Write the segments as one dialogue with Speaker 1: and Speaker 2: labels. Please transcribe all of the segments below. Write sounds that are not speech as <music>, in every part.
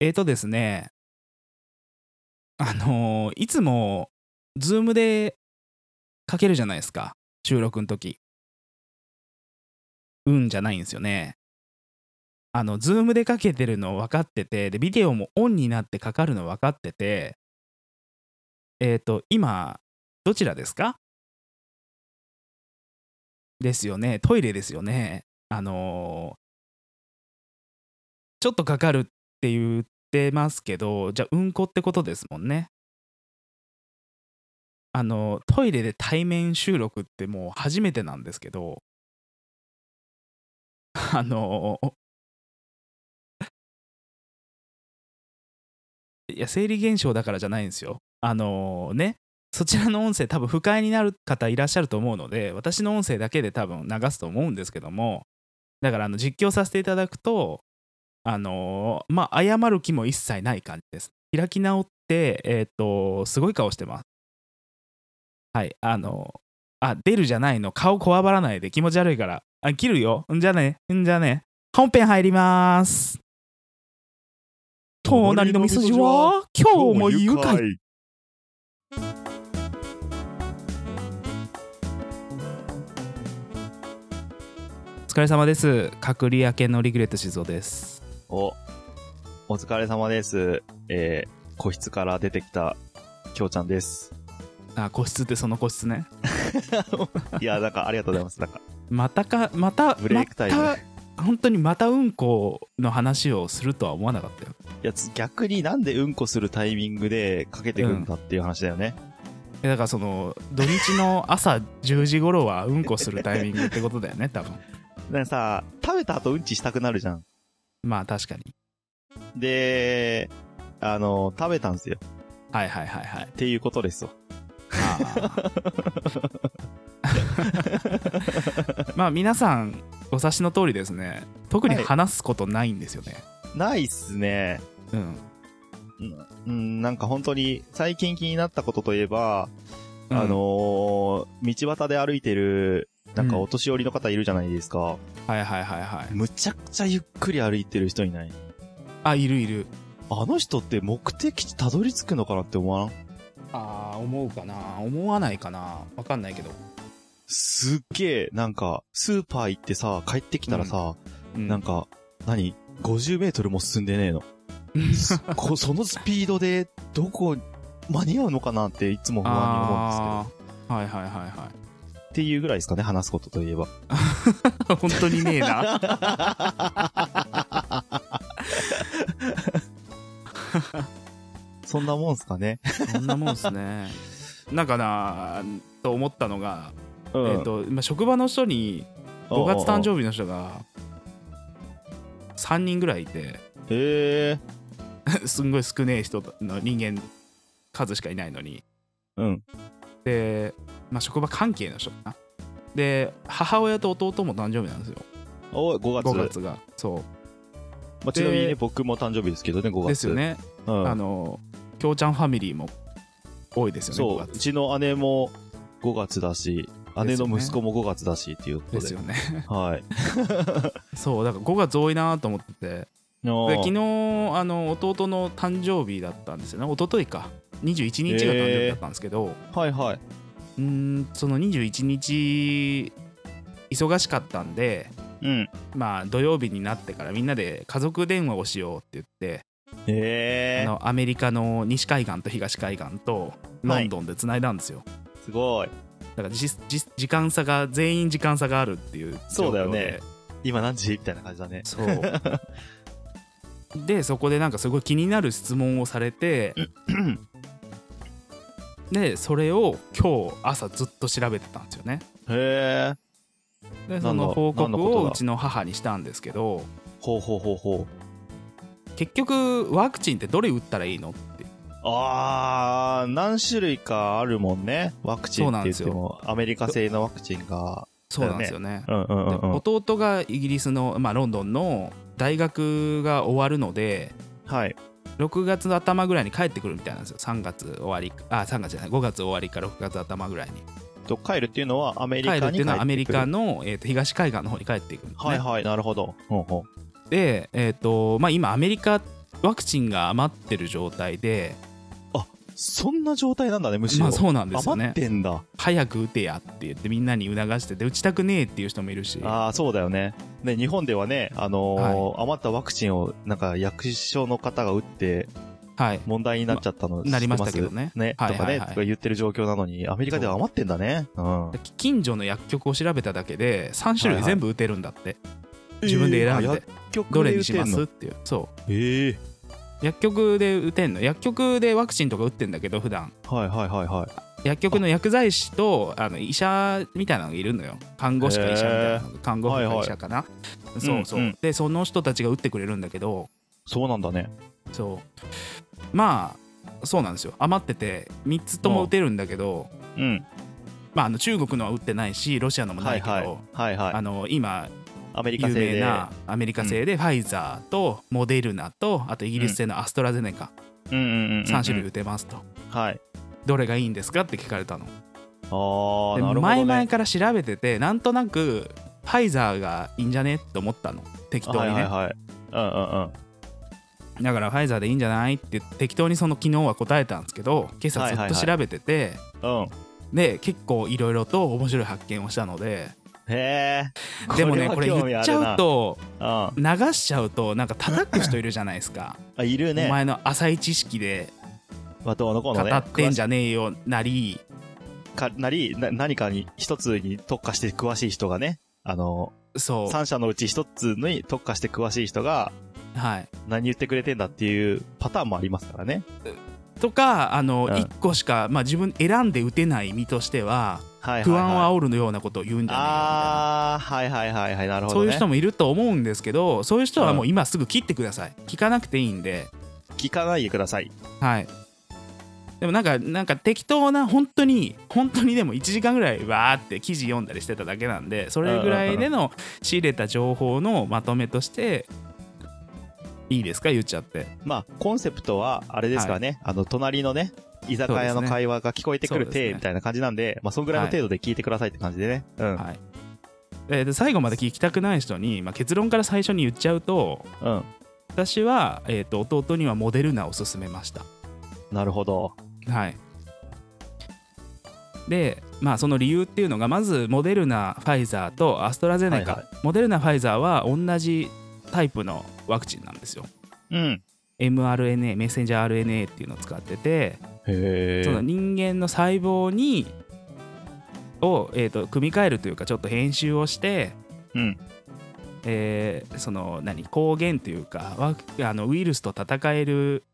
Speaker 1: えーとですね、あのーいつも、ズームでかけるじゃないですか、収録の時うんじゃないんですよね。あの、ズームでかけてるの分かってて、で、ビデオもオンになってかかるの分かってて、えっ、と、今、どちらですかですよね、トイレですよね。あのーちょっとかかるって言ってますけど、じゃあ、うんこってことですもんね。あの、トイレで対面収録ってもう初めてなんですけど、 <laughs> あの、いや、生理現象だからじゃないんですよ。あのね、そちらの音声多分不快になる方いらっしゃると思うので、私の音声だけで多分流すと思うんですけども、だからあの実況させていただくと、あのまあ、謝る気も一切ない感じです。開き直って、えっ、と、すごい顔してます。はい、あのあ、出るじゃないの、顔こわばらないで気持ち悪いから、あ、切るよ、んじゃね、んじゃね、本編入りまーす。隣の味噌汁は今日も愉快
Speaker 2: い。
Speaker 1: お疲れ様です。隔離明けのリグレット静雄です。
Speaker 2: お、お疲れ様です。えー、個室から出てきた、きょうちゃん
Speaker 1: <laughs>
Speaker 2: です。
Speaker 1: あ、個室ってその個室ね。
Speaker 2: いや、なんか、ありがとうございます。なんか、
Speaker 1: またか、また、
Speaker 2: ブレイクタイム
Speaker 1: また本当にまたうんこの話をするとは思わなかったよ。
Speaker 2: いや、つ逆になんでうんこするタイミングでかけてくんだっていう話だよね。
Speaker 1: えだからその、土日の朝10時頃はうんこするタイミングってことだ
Speaker 2: <laughs>
Speaker 1: よね、多分。
Speaker 2: なんかさ、食べた後うんちしたくなるじゃん。
Speaker 1: まあ確かに。
Speaker 2: で、あの、食べたんですよ。
Speaker 1: はいはいはいはい
Speaker 2: っ。ていうことですよ。
Speaker 1: あ
Speaker 2: <laughs>
Speaker 1: ーまあ皆さん、お察しの通りですね。特に話すことないんですよね。
Speaker 2: ないっすね。
Speaker 1: うん。
Speaker 2: うん、なんか本当に、最近気になったことといえば、
Speaker 1: うん
Speaker 2: あの、ー道端で歩いてる、なんか
Speaker 1: うん
Speaker 2: お年寄りの方いるじゃないですか。
Speaker 1: はいはいはいはい。
Speaker 2: むちゃくちゃゆっくり歩いてる人いない
Speaker 1: あ、いるいる。
Speaker 2: あの人って目的地たどり着くのかなって思わん
Speaker 1: ああ思うかな思わないかなわかんないけど、
Speaker 2: すっげえ、なんか、スーパー行ってさ、帰ってきたらさ、
Speaker 1: うん
Speaker 2: なんか、何 ?50 メートルも進んでねえの。すこ <laughs> そのスピードで、どこ、間に合うのかなっていつも不安に思うんですけど
Speaker 1: あーはいはいはいは。
Speaker 2: っていうぐらいですかね、話すことといえば。
Speaker 1: い <laughs> 本当にねえな
Speaker 2: <laughs> そんなもんすかね。
Speaker 1: そんなもんっすねなんかなと思ったのが、
Speaker 2: <laughs> うん
Speaker 1: えっ、と今職場の人に5月誕生日の人が3人ぐらいいて <laughs>
Speaker 2: 日。へえ
Speaker 1: すんごい少ねえ人の人間数しかいないのに
Speaker 2: うん。
Speaker 1: で、まあ、職場関係の人かなで母親と弟も誕生日なんですよ
Speaker 2: おい、5月。
Speaker 1: 5月がそ
Speaker 2: まあちなみに
Speaker 1: で
Speaker 2: ね、僕も誕生日ですけどね、5
Speaker 1: う
Speaker 2: 月。
Speaker 1: ですよ。ね
Speaker 2: うん。
Speaker 1: あの、きょうちゃんファミリーも多いですよね、
Speaker 2: そう、
Speaker 1: 5
Speaker 2: う
Speaker 1: 月
Speaker 2: ちの姉も5月だし、姉の息子も5月だしっていうことで。
Speaker 1: ですよね。 <laughs>
Speaker 2: はい。
Speaker 1: そう、だから5月多いなと思ってて、で
Speaker 2: で
Speaker 1: 昨日あの、弟の誕生日だったんですよね、一昨日か、21日が誕生日だったんですけど、
Speaker 2: はいはい。
Speaker 1: うーん、その21日、忙しかったんで、
Speaker 2: うん。
Speaker 1: まあ、土曜日になってからみんなで家族電話をしようって言って、
Speaker 2: え
Speaker 1: あのアメリカの西海岸と東海岸とロンドンでつないだんですよ。
Speaker 2: ー、すごい。
Speaker 1: だからじじ時間差が全員時間差があるっていう状況で
Speaker 2: そうだよね今何時みたいな感じだね。
Speaker 1: そう <laughs> でそこでなんかすごい気になる質問をされ
Speaker 2: <clears throat>
Speaker 1: てでそれを今日朝ずっと調べてたんですよね
Speaker 2: へえ。
Speaker 1: で
Speaker 2: 何の
Speaker 1: その報
Speaker 2: 何の
Speaker 1: 告
Speaker 2: こと
Speaker 1: を
Speaker 2: だ
Speaker 1: うちの母にしたんですけど
Speaker 2: ほうほうほうほう。
Speaker 1: 結局ワクチンってどれ打ったらいいのって
Speaker 2: あー、何種類かあるもんね。ワクチンって言って
Speaker 1: そう
Speaker 2: も、アメリカ製のワクチンが。
Speaker 1: そうなんですよね
Speaker 2: うんうんうんうん。
Speaker 1: で弟がイギリスの、まあ、ロンドンの大学が終わるので
Speaker 2: はい。
Speaker 1: 6月の頭ぐらいに帰ってくるみたいなんですよ3月終わりあ3月じゃない5月終わりか6月頭ぐらいに
Speaker 2: と、帰るっていうのはアメリカ
Speaker 1: 帰
Speaker 2: に
Speaker 1: るっていうのはアメリカ
Speaker 2: の。
Speaker 1: の、えーと東海岸の方に帰っていくんですね、
Speaker 2: はいはい、なるほど。ほうほ
Speaker 1: で、えーとまあ、今アメリカワクチンが余ってる状態で、
Speaker 2: そんな状態なんだね、むしろ。
Speaker 1: まあそうなんですよ
Speaker 2: 余
Speaker 1: ね
Speaker 2: っ。てんだ。
Speaker 1: 早く打てやって言ってみんなに促してて、打ちたくねえっていう人もいるし。
Speaker 2: ああ、そうだよね。ね、日本ではね、あのー余ったワクチンを、なんか、役所の方が打って、
Speaker 1: はい。
Speaker 2: 問題になっちゃったの、
Speaker 1: なりまし
Speaker 2: 知
Speaker 1: た
Speaker 2: って
Speaker 1: けどね
Speaker 2: ね、
Speaker 1: はいはいはい
Speaker 2: とかね、とか言ってる状況なのに、アメリカでは余ってんだね。うん。
Speaker 1: 近所の薬局を調べただけで、3種類全部打てるんだって。自分で選んで
Speaker 2: えーあ薬局で
Speaker 1: どれにしま
Speaker 2: 打
Speaker 1: す
Speaker 2: てん
Speaker 1: っ
Speaker 2: の
Speaker 1: ていう。そう。
Speaker 2: ええ
Speaker 1: 薬局で打てんの。薬局でワクチンとか打ってんだけど、普段。
Speaker 2: はいはいはいはい。
Speaker 1: 薬局の薬剤師とあの医者みたいなのがいるのよ看護師か医者みたいなのが看護婦
Speaker 2: はい
Speaker 1: か
Speaker 2: はい
Speaker 1: 医者かな、そうそう、
Speaker 2: うんうん
Speaker 1: でその人たちが打ってくれるんだけど
Speaker 2: そうなんだね。
Speaker 1: そうまあそうなんですよ余ってて3つとも打てるんだけど、
Speaker 2: うん。
Speaker 1: まあ、あの中国のは打ってないしロシアのもな
Speaker 2: はいい
Speaker 1: けど、
Speaker 2: はい。はいは
Speaker 1: あ
Speaker 2: い。
Speaker 1: の今
Speaker 2: アメリカ
Speaker 1: 有
Speaker 2: 製
Speaker 1: 名
Speaker 2: で。
Speaker 1: なアメリカ製でファイザーとモデルナとあとイギリス製のアストラゼネカ
Speaker 2: うんうんうんうん。
Speaker 1: 3種類打。てますと、
Speaker 2: はい。
Speaker 1: どれがいいんですかって聞かれたの
Speaker 2: ああ、
Speaker 1: で
Speaker 2: なるほど、
Speaker 1: 前
Speaker 2: ね。
Speaker 1: 々から調べててなんとなくファイザーがいいんじゃねって思ったの適当にね、
Speaker 2: はいはいはい。うんうんうん。
Speaker 1: だからファイザーでいいんじゃないって適当にその昨日は答えたんですけど今朝ずっと調べてて、
Speaker 2: うん。
Speaker 1: で結構いろいろと面白い発見をしたの
Speaker 2: <laughs>
Speaker 1: で
Speaker 2: へえ。
Speaker 1: でもねこれ
Speaker 2: は興味
Speaker 1: 言っ
Speaker 2: ある
Speaker 1: ちゃうと
Speaker 2: な。うん。
Speaker 1: 流しちゃうとなんか叩く人いるじゃないですか、
Speaker 2: あ、いる
Speaker 1: お
Speaker 2: <laughs> ね。
Speaker 1: 前の浅い知識で
Speaker 2: まあ、どうのこう
Speaker 1: 語
Speaker 2: のね。
Speaker 1: ってんじゃねえよなり
Speaker 2: 詳しかなり、な、何かに一つに特化して詳しい人がね、あの、
Speaker 1: そ
Speaker 2: 三社のうち一つに特化して詳しい人が、
Speaker 1: うはい
Speaker 2: 何言ってくれてんだっていうパターンもありますからね。
Speaker 1: とかあの、
Speaker 2: うん
Speaker 1: 1個しか、まあ、自分選んで打てない身としては
Speaker 2: はいはい、はい。
Speaker 1: 不安を煽るようなことを言うんじゃねえよみたいな
Speaker 2: ああ、はいはいはいはい、なるほ
Speaker 1: そう
Speaker 2: ど
Speaker 1: い
Speaker 2: ね。
Speaker 1: う人もいると思うんですけどそういう人はもううん今すぐ切ってください聞かなくていいんで
Speaker 2: 聞かないでください。
Speaker 1: はいでもなんかなんか適当な本当に本当にでも1時間ぐらいわーって記事読んだりしてただけなんでそれぐらいでの仕入れた情報のまとめとしていいですか言っちゃって
Speaker 2: まあ、コンセプトは、あれですからね、あの、隣のね、居酒屋の会話が聞こえてくる
Speaker 1: そうですね
Speaker 2: て、みたいな感じなんで、まあ、そんぐらいの程度で聞いてくださいって感じでね。うん。
Speaker 1: はいでで最後まで聞きたくない人に、まあ、結論から最初に言っちゃうと
Speaker 2: うん。
Speaker 1: 私は、えー、と弟にはモデルナを勧めました
Speaker 2: なるほど。
Speaker 1: はい。で、まあ、その理由っていうのが、まずモデルナ、ファイザーとアストラゼネカ、
Speaker 2: はいは
Speaker 1: モデルナ、ファイザーは同じタイプのワクチンなんですよ。
Speaker 2: うん。
Speaker 1: mRNA、メッセンジャー RNA っていうのを使ってて、
Speaker 2: へ
Speaker 1: その
Speaker 2: え。
Speaker 1: 人間の細胞にを、えー、と組み替えるというか、ちょっと編集をして、
Speaker 2: うん。
Speaker 1: えーその何抗原というかワクあのウイルスと戦える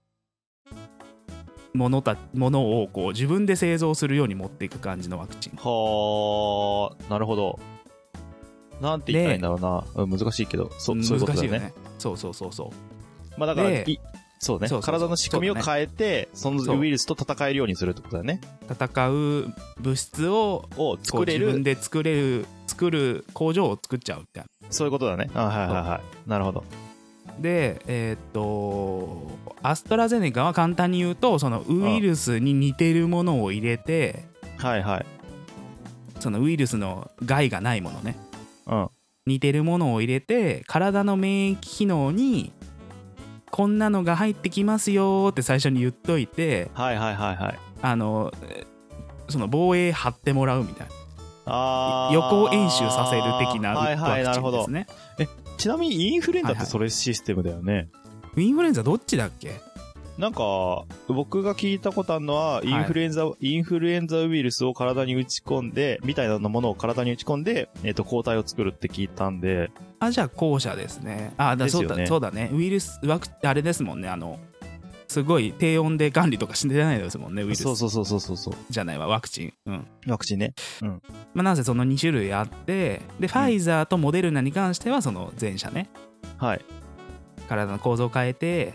Speaker 1: ものたものをこう自分で製造するように持っていく感じのワクチン
Speaker 2: はあ、なるほど。なんて言ったらいいんだろうな。うん、難しいけど、そ、そういうことだよね。
Speaker 1: そうそうそうそう
Speaker 2: まあ、だから、
Speaker 1: で
Speaker 2: いそうね
Speaker 1: そうそうそう
Speaker 2: 体の仕組みを変えて、そ
Speaker 1: そう
Speaker 2: のウイルスと戦えるようにするってことだよね。
Speaker 1: 戦う物質を
Speaker 2: を
Speaker 1: こう
Speaker 2: 作れ
Speaker 1: 自分
Speaker 2: る、
Speaker 1: で作れる作る工場を作っちゃうみたい
Speaker 2: そういうことだね。あはいはいはい。なるほど。
Speaker 1: なでえーっとアストラゼネカは簡単に言うとそのウイルスに似てるものを入れて
Speaker 2: はいはい。
Speaker 1: そのウイルスの害がないものね
Speaker 2: うん。
Speaker 1: 似てるものを入れて体の免疫機能にこんなのが入ってきますよーって最初に言っといて
Speaker 2: はいはいはいはい。
Speaker 1: あのえその防衛張ってもらうみたいな
Speaker 2: あー
Speaker 1: 予行演習させる的な
Speaker 2: はいはい、
Speaker 1: ワク
Speaker 2: なる
Speaker 1: チン
Speaker 2: ほ
Speaker 1: で
Speaker 2: ど
Speaker 1: す。ね
Speaker 2: ちなみにインフルエンザ
Speaker 1: は
Speaker 2: っ
Speaker 1: い
Speaker 2: て
Speaker 1: はい
Speaker 2: それシステムだよね。
Speaker 1: インフルエンザどっちだっけ
Speaker 2: なんか、僕が聞いたことあるのは、インフルエンザ、インフルエンザウイルスを体に打ち込んで、みたいなものを体に打ち込んで、えっ、と、抗体を作るって聞いたんで、
Speaker 1: あじゃあ後者ですねあだ
Speaker 2: です
Speaker 1: そ
Speaker 2: よ
Speaker 1: う
Speaker 2: ね
Speaker 1: だそうだねウイルスワクあれですもんねあのすごい低温で管理とかしてないですもんねウイルス
Speaker 2: そうそうそうそうそうそう。
Speaker 1: じゃないわワクチンうん
Speaker 2: ワクチンね。
Speaker 1: まあなんせその2種類あってでファイザーとモデルナに関してはその前者ね
Speaker 2: はい。
Speaker 1: 体の構造を変えて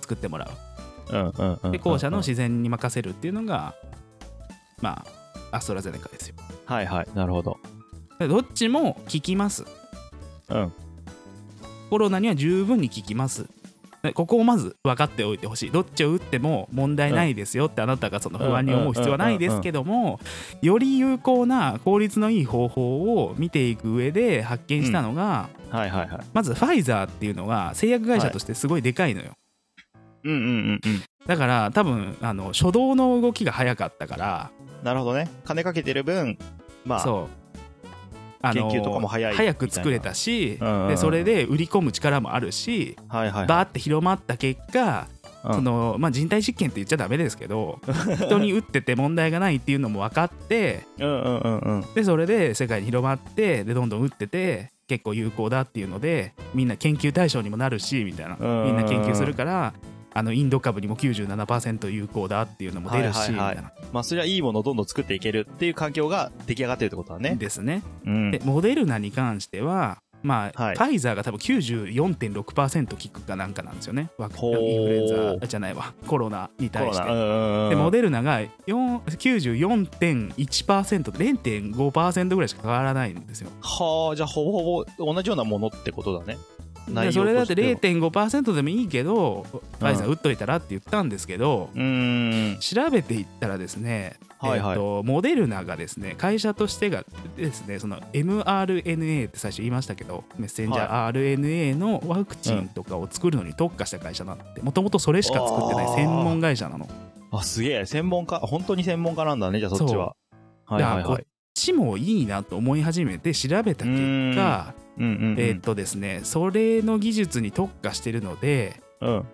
Speaker 1: 作ってもらう
Speaker 2: うんうんうんうん。
Speaker 1: で後者の
Speaker 2: うん
Speaker 1: 自然に任せるっていうのがまあアストラゼネカですよ
Speaker 2: はいはい。なるほど。
Speaker 1: でどっちも効きます
Speaker 2: うん。
Speaker 1: コロナには十分に効きますねここをまず分かっておいてほしいどっちを打っても問題ないですよってあなたがその不安に思う必要はないですけどもより有効な効率のいい方法を見ていく上で発見したのが、
Speaker 2: はいはいはい。
Speaker 1: まずファイザーっていうのが製薬会社としてすごいでかいのよ、
Speaker 2: うんうんうん
Speaker 1: だから多分あの初動の動きが早かったから
Speaker 2: うん。なるほどね。金かけてる分、まあ、
Speaker 1: そうあの
Speaker 2: 研究とかも早いみたいな
Speaker 1: 早く作れたし
Speaker 2: うんうんうん
Speaker 1: でそれで売り込む力もあるし
Speaker 2: はいはいはい。
Speaker 1: バーって広まった結果
Speaker 2: うん
Speaker 1: そのまあ、人体実験って言っちゃダメですけ
Speaker 2: <laughs>
Speaker 1: ど人に打ってて問題がないっていうのも分かって
Speaker 2: うんうんうんうん。
Speaker 1: でそれで世界に広まってでどんどん打ってて結構有効だっていうのでみんな研究対象にもなるしみたいな
Speaker 2: うん
Speaker 1: みんな研究するからあのインド株にも97%有効だっていうのも出るし
Speaker 2: はい
Speaker 1: み
Speaker 2: はい
Speaker 1: た
Speaker 2: はい
Speaker 1: いな
Speaker 2: まあ、それはいいものをどんどん作っていけるっていう環境が出来上がってるってことだね。
Speaker 1: ですね。
Speaker 2: うん
Speaker 1: で。モデルナに関してはまあ、
Speaker 2: はい
Speaker 1: ファイザーが多分94.6%効くかなんかなんですよねワクチン
Speaker 2: ほう
Speaker 1: インフルエンザじゃないわコロナに
Speaker 2: コロ
Speaker 1: 対して
Speaker 2: ナ。う。んうんうん。
Speaker 1: でモデルナが4 94.1%と0.5%ぐらいしか変わらないんですよ。
Speaker 2: はあ、じゃあほぼほぼ同じようなものってことだね。
Speaker 1: でそれだって
Speaker 2: 0
Speaker 1: 0.5%でもいいけどファイザー打っといたらって言ったんですけど、
Speaker 2: うーん。
Speaker 1: 調べていったらですね、
Speaker 2: はいはい
Speaker 1: えーとモデルナがですね会社としてがですねその mRNA って最初言いましたけどメッセンジャー RNA のワクチンとかを作るのに特化した会社なんてもともとそれしか作ってない専門会社なの。
Speaker 2: あ、すげえ。専門家、本当に専門家なんだね、じゃあそっちは。はい
Speaker 1: だか
Speaker 2: はい
Speaker 1: らこ
Speaker 2: は
Speaker 1: っ
Speaker 2: い。
Speaker 1: ちもいいなと思い始めて調べた
Speaker 2: う
Speaker 1: 結
Speaker 2: ー
Speaker 1: 果
Speaker 2: うんうんうん。
Speaker 1: えーっとですねそれの技術に特化してるので
Speaker 2: うん。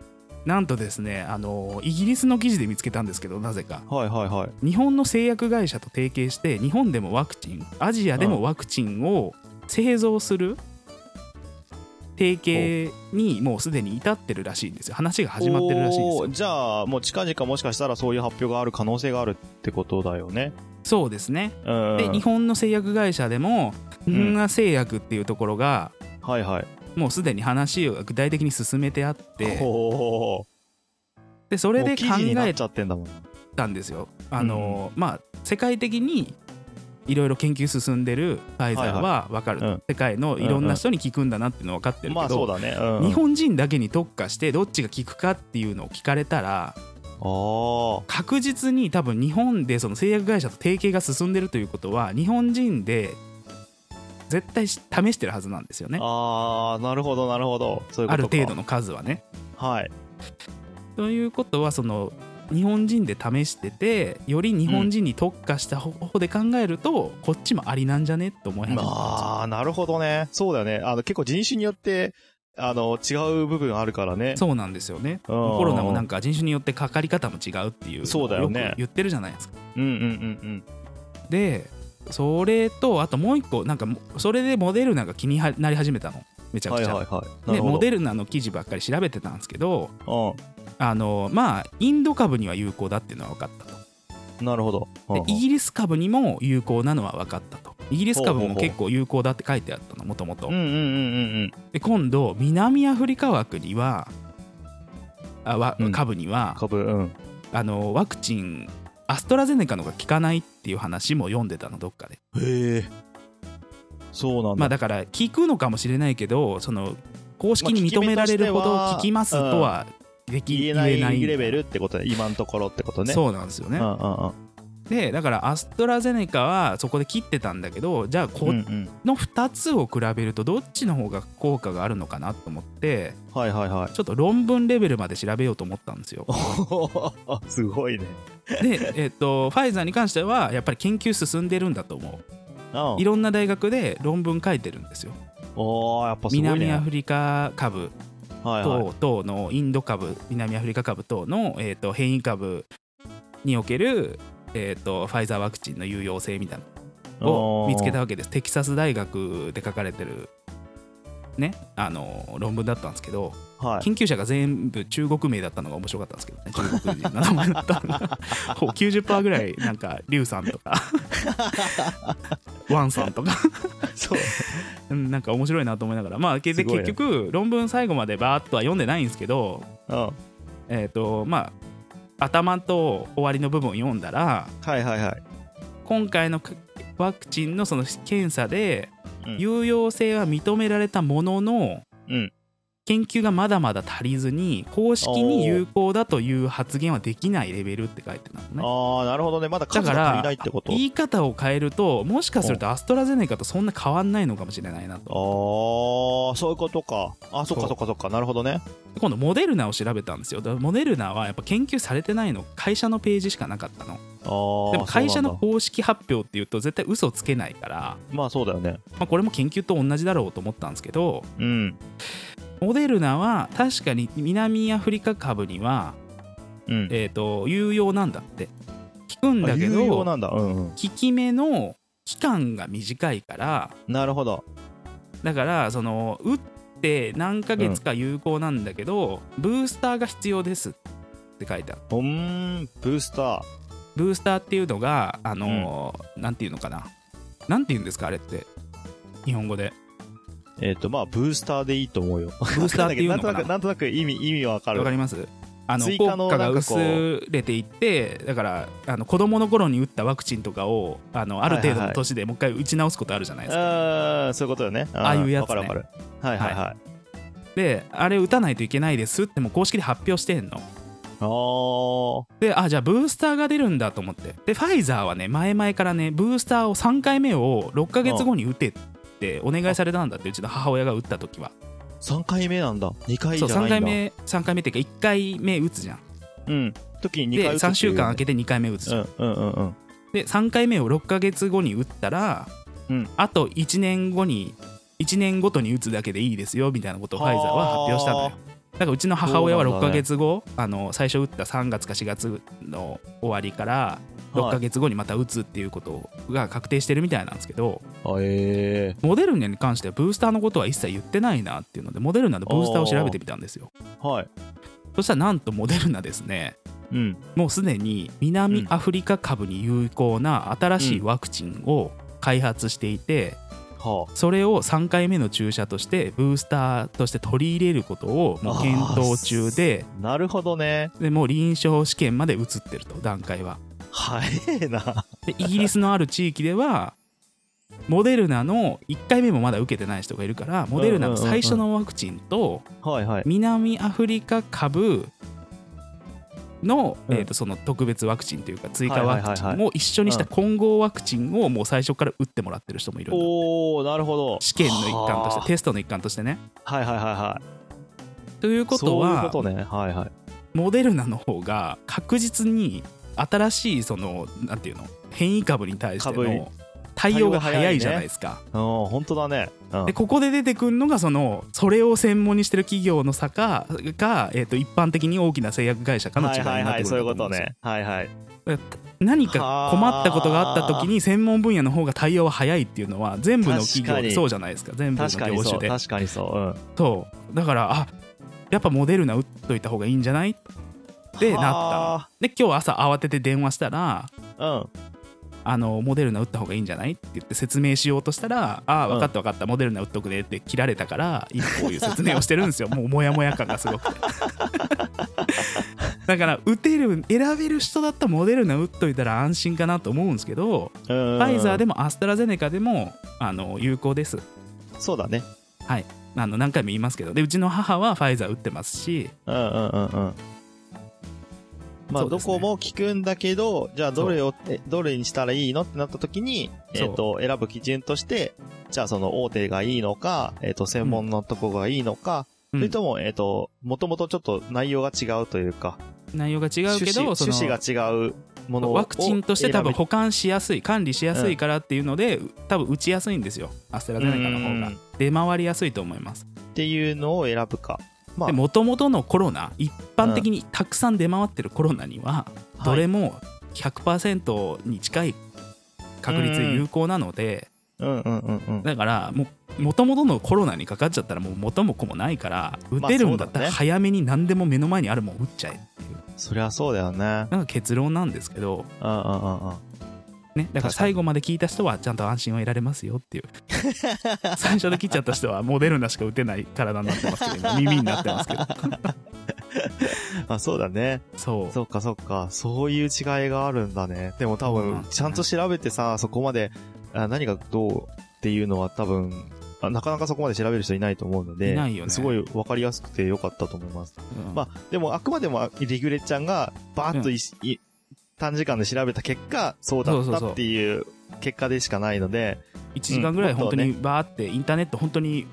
Speaker 1: なんとですねあのイギリスの記事で見つけたんですけどなぜか
Speaker 2: はいはいはい。
Speaker 1: 日本の製薬会社と提携して日本でもワクチンアジアでもワクチンを製造する提携にもうすでに至ってるらしいんですよ話が始まってるらしいんです
Speaker 2: お
Speaker 1: よ
Speaker 2: ーじゃあ、もう近々もしかしたらそういう発表がある可能性があるってことだよね。
Speaker 1: そうですね
Speaker 2: うん。
Speaker 1: で日本の製薬会社でも
Speaker 2: ん
Speaker 1: んな製薬っていうところが
Speaker 2: はいはい。
Speaker 1: もうすでに話を具体的に進めてあって
Speaker 2: おー
Speaker 1: でそれ
Speaker 2: も
Speaker 1: で
Speaker 2: う記
Speaker 1: 考
Speaker 2: 事になっ
Speaker 1: え
Speaker 2: ちゃってんだもん。
Speaker 1: ったんですよ。あのまあ世界的にいろいろ研究進んでるファイザーは分かると、
Speaker 2: うん
Speaker 1: 世界のいろんな人に効くんだなっていうのは分かってるけど、
Speaker 2: まあそうだね。うん。
Speaker 1: 日本人だけに特化してどっちが効くかっていうのを聞かれたら
Speaker 2: あ
Speaker 1: 確実に多分日本でその製薬会社と提携が進んでるということは日本人で絶対し試してるはずなんですよね
Speaker 2: あ。ああ、なるほどなるほど。そういう
Speaker 1: あ
Speaker 2: こ
Speaker 1: る
Speaker 2: とか。
Speaker 1: 程度の数はね。
Speaker 2: 度。はい。
Speaker 1: ということはその日本人で試しててより日本人に特化した方法で考えると、こっちもありなんじゃねと思い始めたんですよ
Speaker 2: まあ、なるほどね。そうだよね。あの、結構人種によって、あの、違う部分あるからね。
Speaker 1: そうなんですよね
Speaker 2: うん
Speaker 1: コロナもなんか人種によってかかり方も違うっていう
Speaker 2: そうだよね
Speaker 1: のをく言ってるじゃないですか
Speaker 2: うんうんうん
Speaker 1: でそれとあともう一個なんかもそれでモデルナが気になり始めたのめち
Speaker 2: う
Speaker 1: ゃ
Speaker 2: ん。は
Speaker 1: く
Speaker 2: い
Speaker 1: ちゃ、
Speaker 2: はいはい。な
Speaker 1: で
Speaker 2: るほど。
Speaker 1: モデルナの記事ばっかり調べてたんですけど
Speaker 2: う
Speaker 1: あのまあインド株には有効だっていうのは分かったと
Speaker 2: ん。なるほど。うん
Speaker 1: でイギリス株にも有効なのは分かったとイギリス株
Speaker 2: ほうほう
Speaker 1: も
Speaker 2: ほう
Speaker 1: 結構有効だって書いてあったのもともと
Speaker 2: うんうんうんうんうん。
Speaker 1: で今度南アフリカ枠にはあわ
Speaker 2: うん
Speaker 1: 株には、
Speaker 2: 株、うん。
Speaker 1: あのワクチンアストラゼネカのが効かないっていう話も読んでたのどっかで
Speaker 2: へえ。そうなんだ。
Speaker 1: まあだから効くのかもしれないけどその公式に
Speaker 2: まあ
Speaker 1: 認められるほど
Speaker 2: 効
Speaker 1: 効
Speaker 2: き
Speaker 1: き
Speaker 2: 目
Speaker 1: ま
Speaker 2: とし
Speaker 1: す
Speaker 2: ては
Speaker 1: とはでき
Speaker 2: 言えないレベルってことね。今のところってことね。う
Speaker 1: そうなんですよね、
Speaker 2: ね。うんうんうん。
Speaker 1: でだからアストラゼネカはそこで切ってたんだけどじゃあこ
Speaker 2: うんうん。
Speaker 1: の2つを比べるとどっちの方が効果があるのかなと思って
Speaker 2: はいはい
Speaker 1: <laughs>
Speaker 2: はい。
Speaker 1: ちょっと論文レベルまで調べようと思ったんですよ。
Speaker 2: すごいね。
Speaker 1: で、えっとファイザーに関してはやっぱり研究進んでるんだと思う
Speaker 2: うん
Speaker 1: いろんな大学で論文書いてるんですよ。
Speaker 2: おー、やっぱすごいね。
Speaker 1: 南アフリカ株
Speaker 2: はいはい。
Speaker 1: 等々のインド株南アフリカ株等の、えっと変異株における、えっとファイザーワクチンの有用性みたいなのを見つけたわけです。テキサス大学で書かれてるねあの論文だったんですけど。 <laughs>
Speaker 2: はい。
Speaker 1: 研究者が全部中国名だったのが面白かったんですけどね
Speaker 2: <laughs>
Speaker 1: 中国人の名前だったのがほぼ90%ぐらいなんかリュウさんとかワンさんとか
Speaker 2: そ
Speaker 1: う
Speaker 2: う。
Speaker 1: んなんか面白いなと思いながらまあけ
Speaker 2: す
Speaker 1: で
Speaker 2: ごいね
Speaker 1: 結局論文最後までバーっとは読んでないんですけど
Speaker 2: うん。は
Speaker 1: えっ、とまあ頭と終わりの部分を読んだら
Speaker 2: いはいはい。
Speaker 1: 今回のかワクチンのその検査で
Speaker 2: うん
Speaker 1: 有用性は認められたものの、
Speaker 2: うん
Speaker 1: 研究がまだまだ足りずに公式に有効だという発言はできないレベルって書いてたのね
Speaker 2: ああ、なるほどね。まだ
Speaker 1: だ
Speaker 2: 数
Speaker 1: か
Speaker 2: が足りない
Speaker 1: ら
Speaker 2: ってこと。
Speaker 1: 言い方を変えるともしかするとアストラゼネカとそんな変わんないのかもしれないなと
Speaker 2: ああ、そういうことか。あ、そっかそっかそっか。なるほどね。
Speaker 1: 今度モデルナを調べたんですよだからモデルナはやっぱ研究されてないの会社のページしかなかったの
Speaker 2: ああ。
Speaker 1: でも会社の
Speaker 2: そうなんだ
Speaker 1: 公式発表っていうと絶対嘘つけないから、
Speaker 2: まあそうだよね。
Speaker 1: まあ、これも研究と同じだろうと思ったんですけど
Speaker 2: うん。
Speaker 1: モデルナは確かに南アフリカ株には、
Speaker 2: うん。
Speaker 1: えー、と有用なんだって聞くん
Speaker 2: あ
Speaker 1: だけ
Speaker 2: 有用
Speaker 1: ど
Speaker 2: なんだ。うんうん。
Speaker 1: 効き目の期間が短いから
Speaker 2: なるほど。
Speaker 1: だからその打って何ヶ月か有効なんだけど、ブースターが必要ですって書いてある
Speaker 2: うーん、ブースター。
Speaker 1: ブースターっていうのがあのーなんていうのかななんていうんですかあれって日本語で
Speaker 2: えっ、と、まあ、ブースターでいいと思うよ。ブ
Speaker 1: ースターっていうのかな
Speaker 2: んとなく、なんとなく意味、意味はわか
Speaker 1: わか
Speaker 2: る。
Speaker 1: りますあの
Speaker 2: 追
Speaker 1: 効
Speaker 2: 加の
Speaker 1: 果が
Speaker 2: なんかこう
Speaker 1: 薄れていってだからあの子供の頃に打ったワクチンとかをあのある程度
Speaker 2: はいはいは
Speaker 1: の
Speaker 2: い
Speaker 1: 年でもう一回打ち直すことあるじゃないですか、
Speaker 2: あーそういうことだよね。あー
Speaker 1: ああいうやつね
Speaker 2: わかるわかる。はいはいはい。
Speaker 1: であれ打たないといけないですってもう公式で発表してんの
Speaker 2: あー
Speaker 1: であじゃあブースターが出るんだと思ってでファイザーはね前々からねブースターを3回目を6ヶ月後に打てってお願いされたんだってうちの母親が打った時は
Speaker 2: 3回目なんだ。2回じ
Speaker 1: そ
Speaker 2: ゃ
Speaker 1: う
Speaker 2: な
Speaker 1: 3回。
Speaker 2: いんだ。
Speaker 1: 目3回目っていうか1回目打つじゃん
Speaker 2: うん。時に2
Speaker 1: で
Speaker 2: 回打つっていう
Speaker 1: 3週間空けて2回目打つじゃん、
Speaker 2: うんうんうんうん。
Speaker 1: で3回目を6ヶ月後に打ったら、
Speaker 2: うん
Speaker 1: あと1年後に1年ごとに打つだけでいいですよみたいなことをファイザーは発表したのよ
Speaker 2: は
Speaker 1: だからうちの母親は
Speaker 2: そうな
Speaker 1: 6
Speaker 2: んだ
Speaker 1: ヶ
Speaker 2: ね
Speaker 1: 月後、あの最初打った3月か4月の終わりから
Speaker 2: は
Speaker 1: 6
Speaker 2: い
Speaker 1: ヶ月後にまた打つっていうことが確定してるみたいなんですけど
Speaker 2: あえ
Speaker 1: モデルナに関してはブースターのことは一切言ってないなっていうのでモデルナでブースターを調べてみたんですよ
Speaker 2: ー、はい。
Speaker 1: そしたらなんとモデルナですね
Speaker 2: うん。
Speaker 1: もうすでに南アフリカ株に有効な新しいワクチンを開発していて、
Speaker 2: は
Speaker 1: それを3回目の注射としてブースターとして取り入れることをもう検討中で
Speaker 2: あ。なるほどね。
Speaker 1: でもう臨床試験まで移ってると段階は
Speaker 2: 早えな。
Speaker 1: でイギリスのある地域ではモデルナの1回目もまだ受けてない人がいるからモデルナの最初のワクチンと
Speaker 2: はいはい。
Speaker 1: 南アフリカ株の、
Speaker 2: うん
Speaker 1: えー、とその特別ワクチンというか追加ワクチ
Speaker 2: はいはいはい
Speaker 1: ン
Speaker 2: は
Speaker 1: を一緒にした混合ワクチンをもう最初から打ってもらってる人もいるんだ
Speaker 2: おー、なるほど。
Speaker 1: 試験の一環として
Speaker 2: は
Speaker 1: テストの一環としてね。
Speaker 2: あ。はいはいはいはい。
Speaker 1: ということは
Speaker 2: そういうことね。はいはい。
Speaker 1: モデルナの方が確実に新しいそのなんていうの変異株に対して
Speaker 2: 株に
Speaker 1: の対応が
Speaker 2: 対応が
Speaker 1: 早
Speaker 2: 早い
Speaker 1: い
Speaker 2: ね
Speaker 1: じゃないですか。
Speaker 2: うん、本当だね。うん
Speaker 1: でここで出てくるのがそのそれを専門にしてる企業の差かが、えー、と一般的に大きな製薬会社かの違いに
Speaker 2: はいはい
Speaker 1: なっ
Speaker 2: は
Speaker 1: て
Speaker 2: い、
Speaker 1: く
Speaker 2: そう
Speaker 1: る
Speaker 2: い
Speaker 1: ん
Speaker 2: う
Speaker 1: だ
Speaker 2: こ
Speaker 1: 思
Speaker 2: と
Speaker 1: うんですよ
Speaker 2: ね。はいはい。
Speaker 1: 何か困ったことがあった時に専門分野の方が対応は早いっていうのは全部の企
Speaker 2: 確
Speaker 1: 業
Speaker 2: か
Speaker 1: で
Speaker 2: に
Speaker 1: そうじゃないですか全部の
Speaker 2: 確かに
Speaker 1: 業
Speaker 2: そ
Speaker 1: 種
Speaker 2: う。
Speaker 1: で
Speaker 2: 確かにそう。うん。
Speaker 1: そうだからあやっぱモデルナ打っといた方がいいんじゃないってなった
Speaker 2: っ
Speaker 1: で今日朝慌てて電話したら
Speaker 2: た。うん。
Speaker 1: あのモデルナ打った方がいいんじゃないって言って説明しようとしたら「ああ
Speaker 2: うん
Speaker 1: 分かった分かった、モデルナ打っとくね」って切られたから今こういう説明をしてるんですよもうモヤモヤ感がすご
Speaker 2: <laughs>
Speaker 1: くてだから打てる選べる人だったらモデルナ打っといたら安心かなと思うんですけど
Speaker 2: フ
Speaker 1: ファイザーでもアストラゼネカでもあの有効です
Speaker 2: そうだね。
Speaker 1: あの何回も言いますけどでうちの母はファイザー打ってますし
Speaker 2: うんうんうんうん。まあ、
Speaker 1: そうで
Speaker 2: ど
Speaker 1: すね
Speaker 2: こも聞くんだけど、じゃあどれを、えどれにしたらいいのってなった時に、え
Speaker 1: そう
Speaker 2: っ、と、選ぶ基準として、じゃあその大手がいいのか、えっ、と、専門のとこがいいの
Speaker 1: う
Speaker 2: か、
Speaker 1: ん
Speaker 2: それとも、えっ、と、もともとちょっと内容が違うというか、
Speaker 1: 内容が違うけど
Speaker 2: 趣
Speaker 1: そ
Speaker 2: 旨趣
Speaker 1: の
Speaker 2: 旨が違うものを
Speaker 1: ワクチンとして多分
Speaker 2: 選
Speaker 1: 保管しやすい管理しやすいからっていうので、多分打ちやすいんですよアストラ
Speaker 2: ぶ
Speaker 1: ゼネカの方
Speaker 2: う
Speaker 1: が
Speaker 2: ん
Speaker 1: 出回りやすいと思います
Speaker 2: っていうのを選ぶか。まあ
Speaker 1: でもともとのコロナ一般的にたくさん出回ってるコロナにはどれ
Speaker 2: も、
Speaker 1: も100%に近い確率で有効なので、
Speaker 2: うんうんうんうん。
Speaker 1: だからもともとのコロナにかかっちゃったらもう元も子もないから打てるんだった
Speaker 2: まあそうだね
Speaker 1: ら早めに何でも目の前にあるもん打っちゃえっていう
Speaker 2: そりゃそうだよね。
Speaker 1: なんか結論なんですけど、
Speaker 2: うんうんうんうん。
Speaker 1: ね、だから
Speaker 2: 確かに
Speaker 1: 最後まで聞いた人はちゃんと安心を得られますよ
Speaker 2: <laughs>
Speaker 1: っていう最初で切っちゃった人はモデルナしか打てない体になってますけど今耳になってますけ
Speaker 2: <laughs>
Speaker 1: ど
Speaker 2: あ、そうだね。
Speaker 1: そう
Speaker 2: そっかそっか。そういう違いがあるんだね。でも多
Speaker 1: そうなん
Speaker 2: 分
Speaker 1: で、すね
Speaker 2: ちゃんと調べてさ、そこまで、あ何がどうっていうのは多分、あなかなかそこまで調べる人いないと思うので、
Speaker 1: いないよね
Speaker 2: すごいわかりやすくて良かったと思います。
Speaker 1: うん
Speaker 2: まあ、でもあくまでもリグレちゃんがバーッとい、い短時間で調べた結果、そうだっ
Speaker 1: そうそうそ
Speaker 2: た
Speaker 1: う
Speaker 2: っていう結果でしかないので、
Speaker 1: 1時間ぐらい
Speaker 2: うん
Speaker 1: 本当にバーってインターネット本当に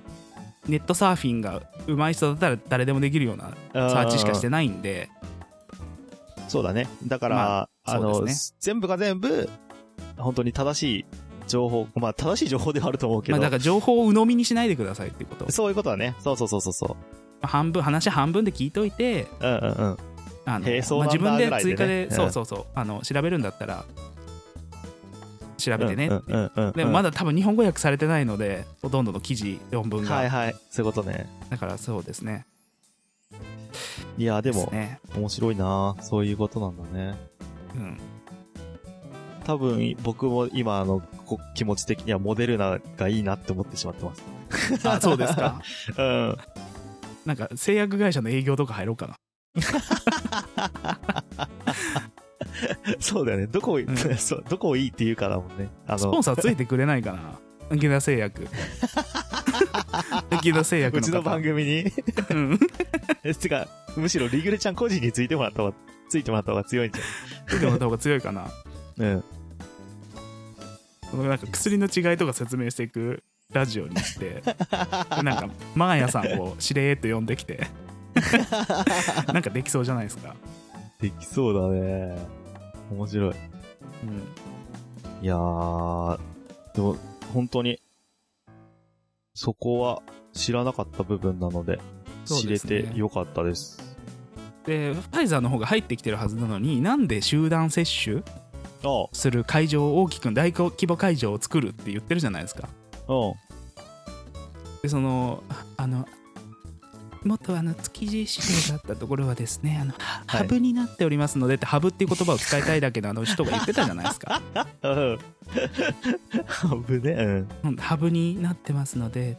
Speaker 1: ネットサーフィンが上手い人だったら誰でもできるような
Speaker 2: サ
Speaker 1: サーチしかしてないんで
Speaker 2: そうだね。だから、
Speaker 1: まあ
Speaker 2: あ
Speaker 1: そう
Speaker 2: の、
Speaker 1: です
Speaker 2: 全部が全部、本当に正しい情報、まあ正しい情報ではあると思うけ
Speaker 1: ま
Speaker 2: ど、
Speaker 1: あだから情報を鵜呑みにしないでくださいっていうことま
Speaker 2: そういうことだね。そうそうそうそうそう。
Speaker 1: あ半分話半分で聞いといて
Speaker 2: うんうんうん。
Speaker 1: あの
Speaker 2: へえそう
Speaker 1: まあ
Speaker 2: なん
Speaker 1: 自
Speaker 2: だ
Speaker 1: 分で
Speaker 2: ぐらいで
Speaker 1: 追
Speaker 2: ね
Speaker 1: 加で
Speaker 2: うん
Speaker 1: そうそうそうあの調べるんだったら調べてね
Speaker 2: う
Speaker 1: っ
Speaker 2: ん
Speaker 1: て
Speaker 2: うんうんうんうん
Speaker 1: でもまだ多分日本語訳されてないのでほとんどの記事論文
Speaker 2: は
Speaker 1: が
Speaker 2: いはい。そういうことね。
Speaker 1: だからそうですね
Speaker 2: いや、で
Speaker 1: で
Speaker 2: も
Speaker 1: す、ね
Speaker 2: 面白いなそういうことなんだね。
Speaker 1: うん
Speaker 2: 多分、僕も今、あの、こ気持ち的にはモデルナがいいなって思ってしまってます。
Speaker 1: あそうです
Speaker 2: <laughs>
Speaker 1: か
Speaker 2: うん。
Speaker 1: なんか製薬会社の営業とか入ろうかな
Speaker 2: そうだよね。どこ、
Speaker 1: ん
Speaker 2: <laughs> そうどこいいって言うかだもんね。あ
Speaker 1: スポ
Speaker 2: の
Speaker 1: ン、サーついてくれないかな池田製
Speaker 2: <laughs>
Speaker 1: 薬池田製薬
Speaker 2: う
Speaker 1: の
Speaker 2: ち
Speaker 1: 方
Speaker 2: の番組に <laughs>
Speaker 1: うん
Speaker 2: えてか、むしろリグレちゃん個人についてもらった方が、 <laughs> ついてもらった方が強いんじ
Speaker 1: ついてもらった方が強いかな
Speaker 2: ゃん。うん。
Speaker 1: なんか薬の違いとか説明していくラジオにしてなんかマーヤさんをしれーっと呼んできてなんかできそうじゃないですか、
Speaker 2: できそうだね。面
Speaker 1: う
Speaker 2: 白い。
Speaker 1: ん、
Speaker 2: いやー、でも、本当に、そこは知らなかった部分なので、
Speaker 1: そう
Speaker 2: 知
Speaker 1: で
Speaker 2: れ
Speaker 1: すね
Speaker 2: てよかったです。
Speaker 1: でファイザーの方が入ってきてるはずなのになんで集団接種
Speaker 2: あ
Speaker 1: する会場を大きく大規模会場を作るって言ってるじゃないですか
Speaker 2: あ、うん。
Speaker 1: でそのあの元あの築地市場だったところはですねあの、ハハブになっておりますのでってハブっていう言葉を使いたいだけのあの人が言ってたじゃないですか
Speaker 2: うん。 <laughs> 危ねえ。うん。
Speaker 1: うんハブになってますので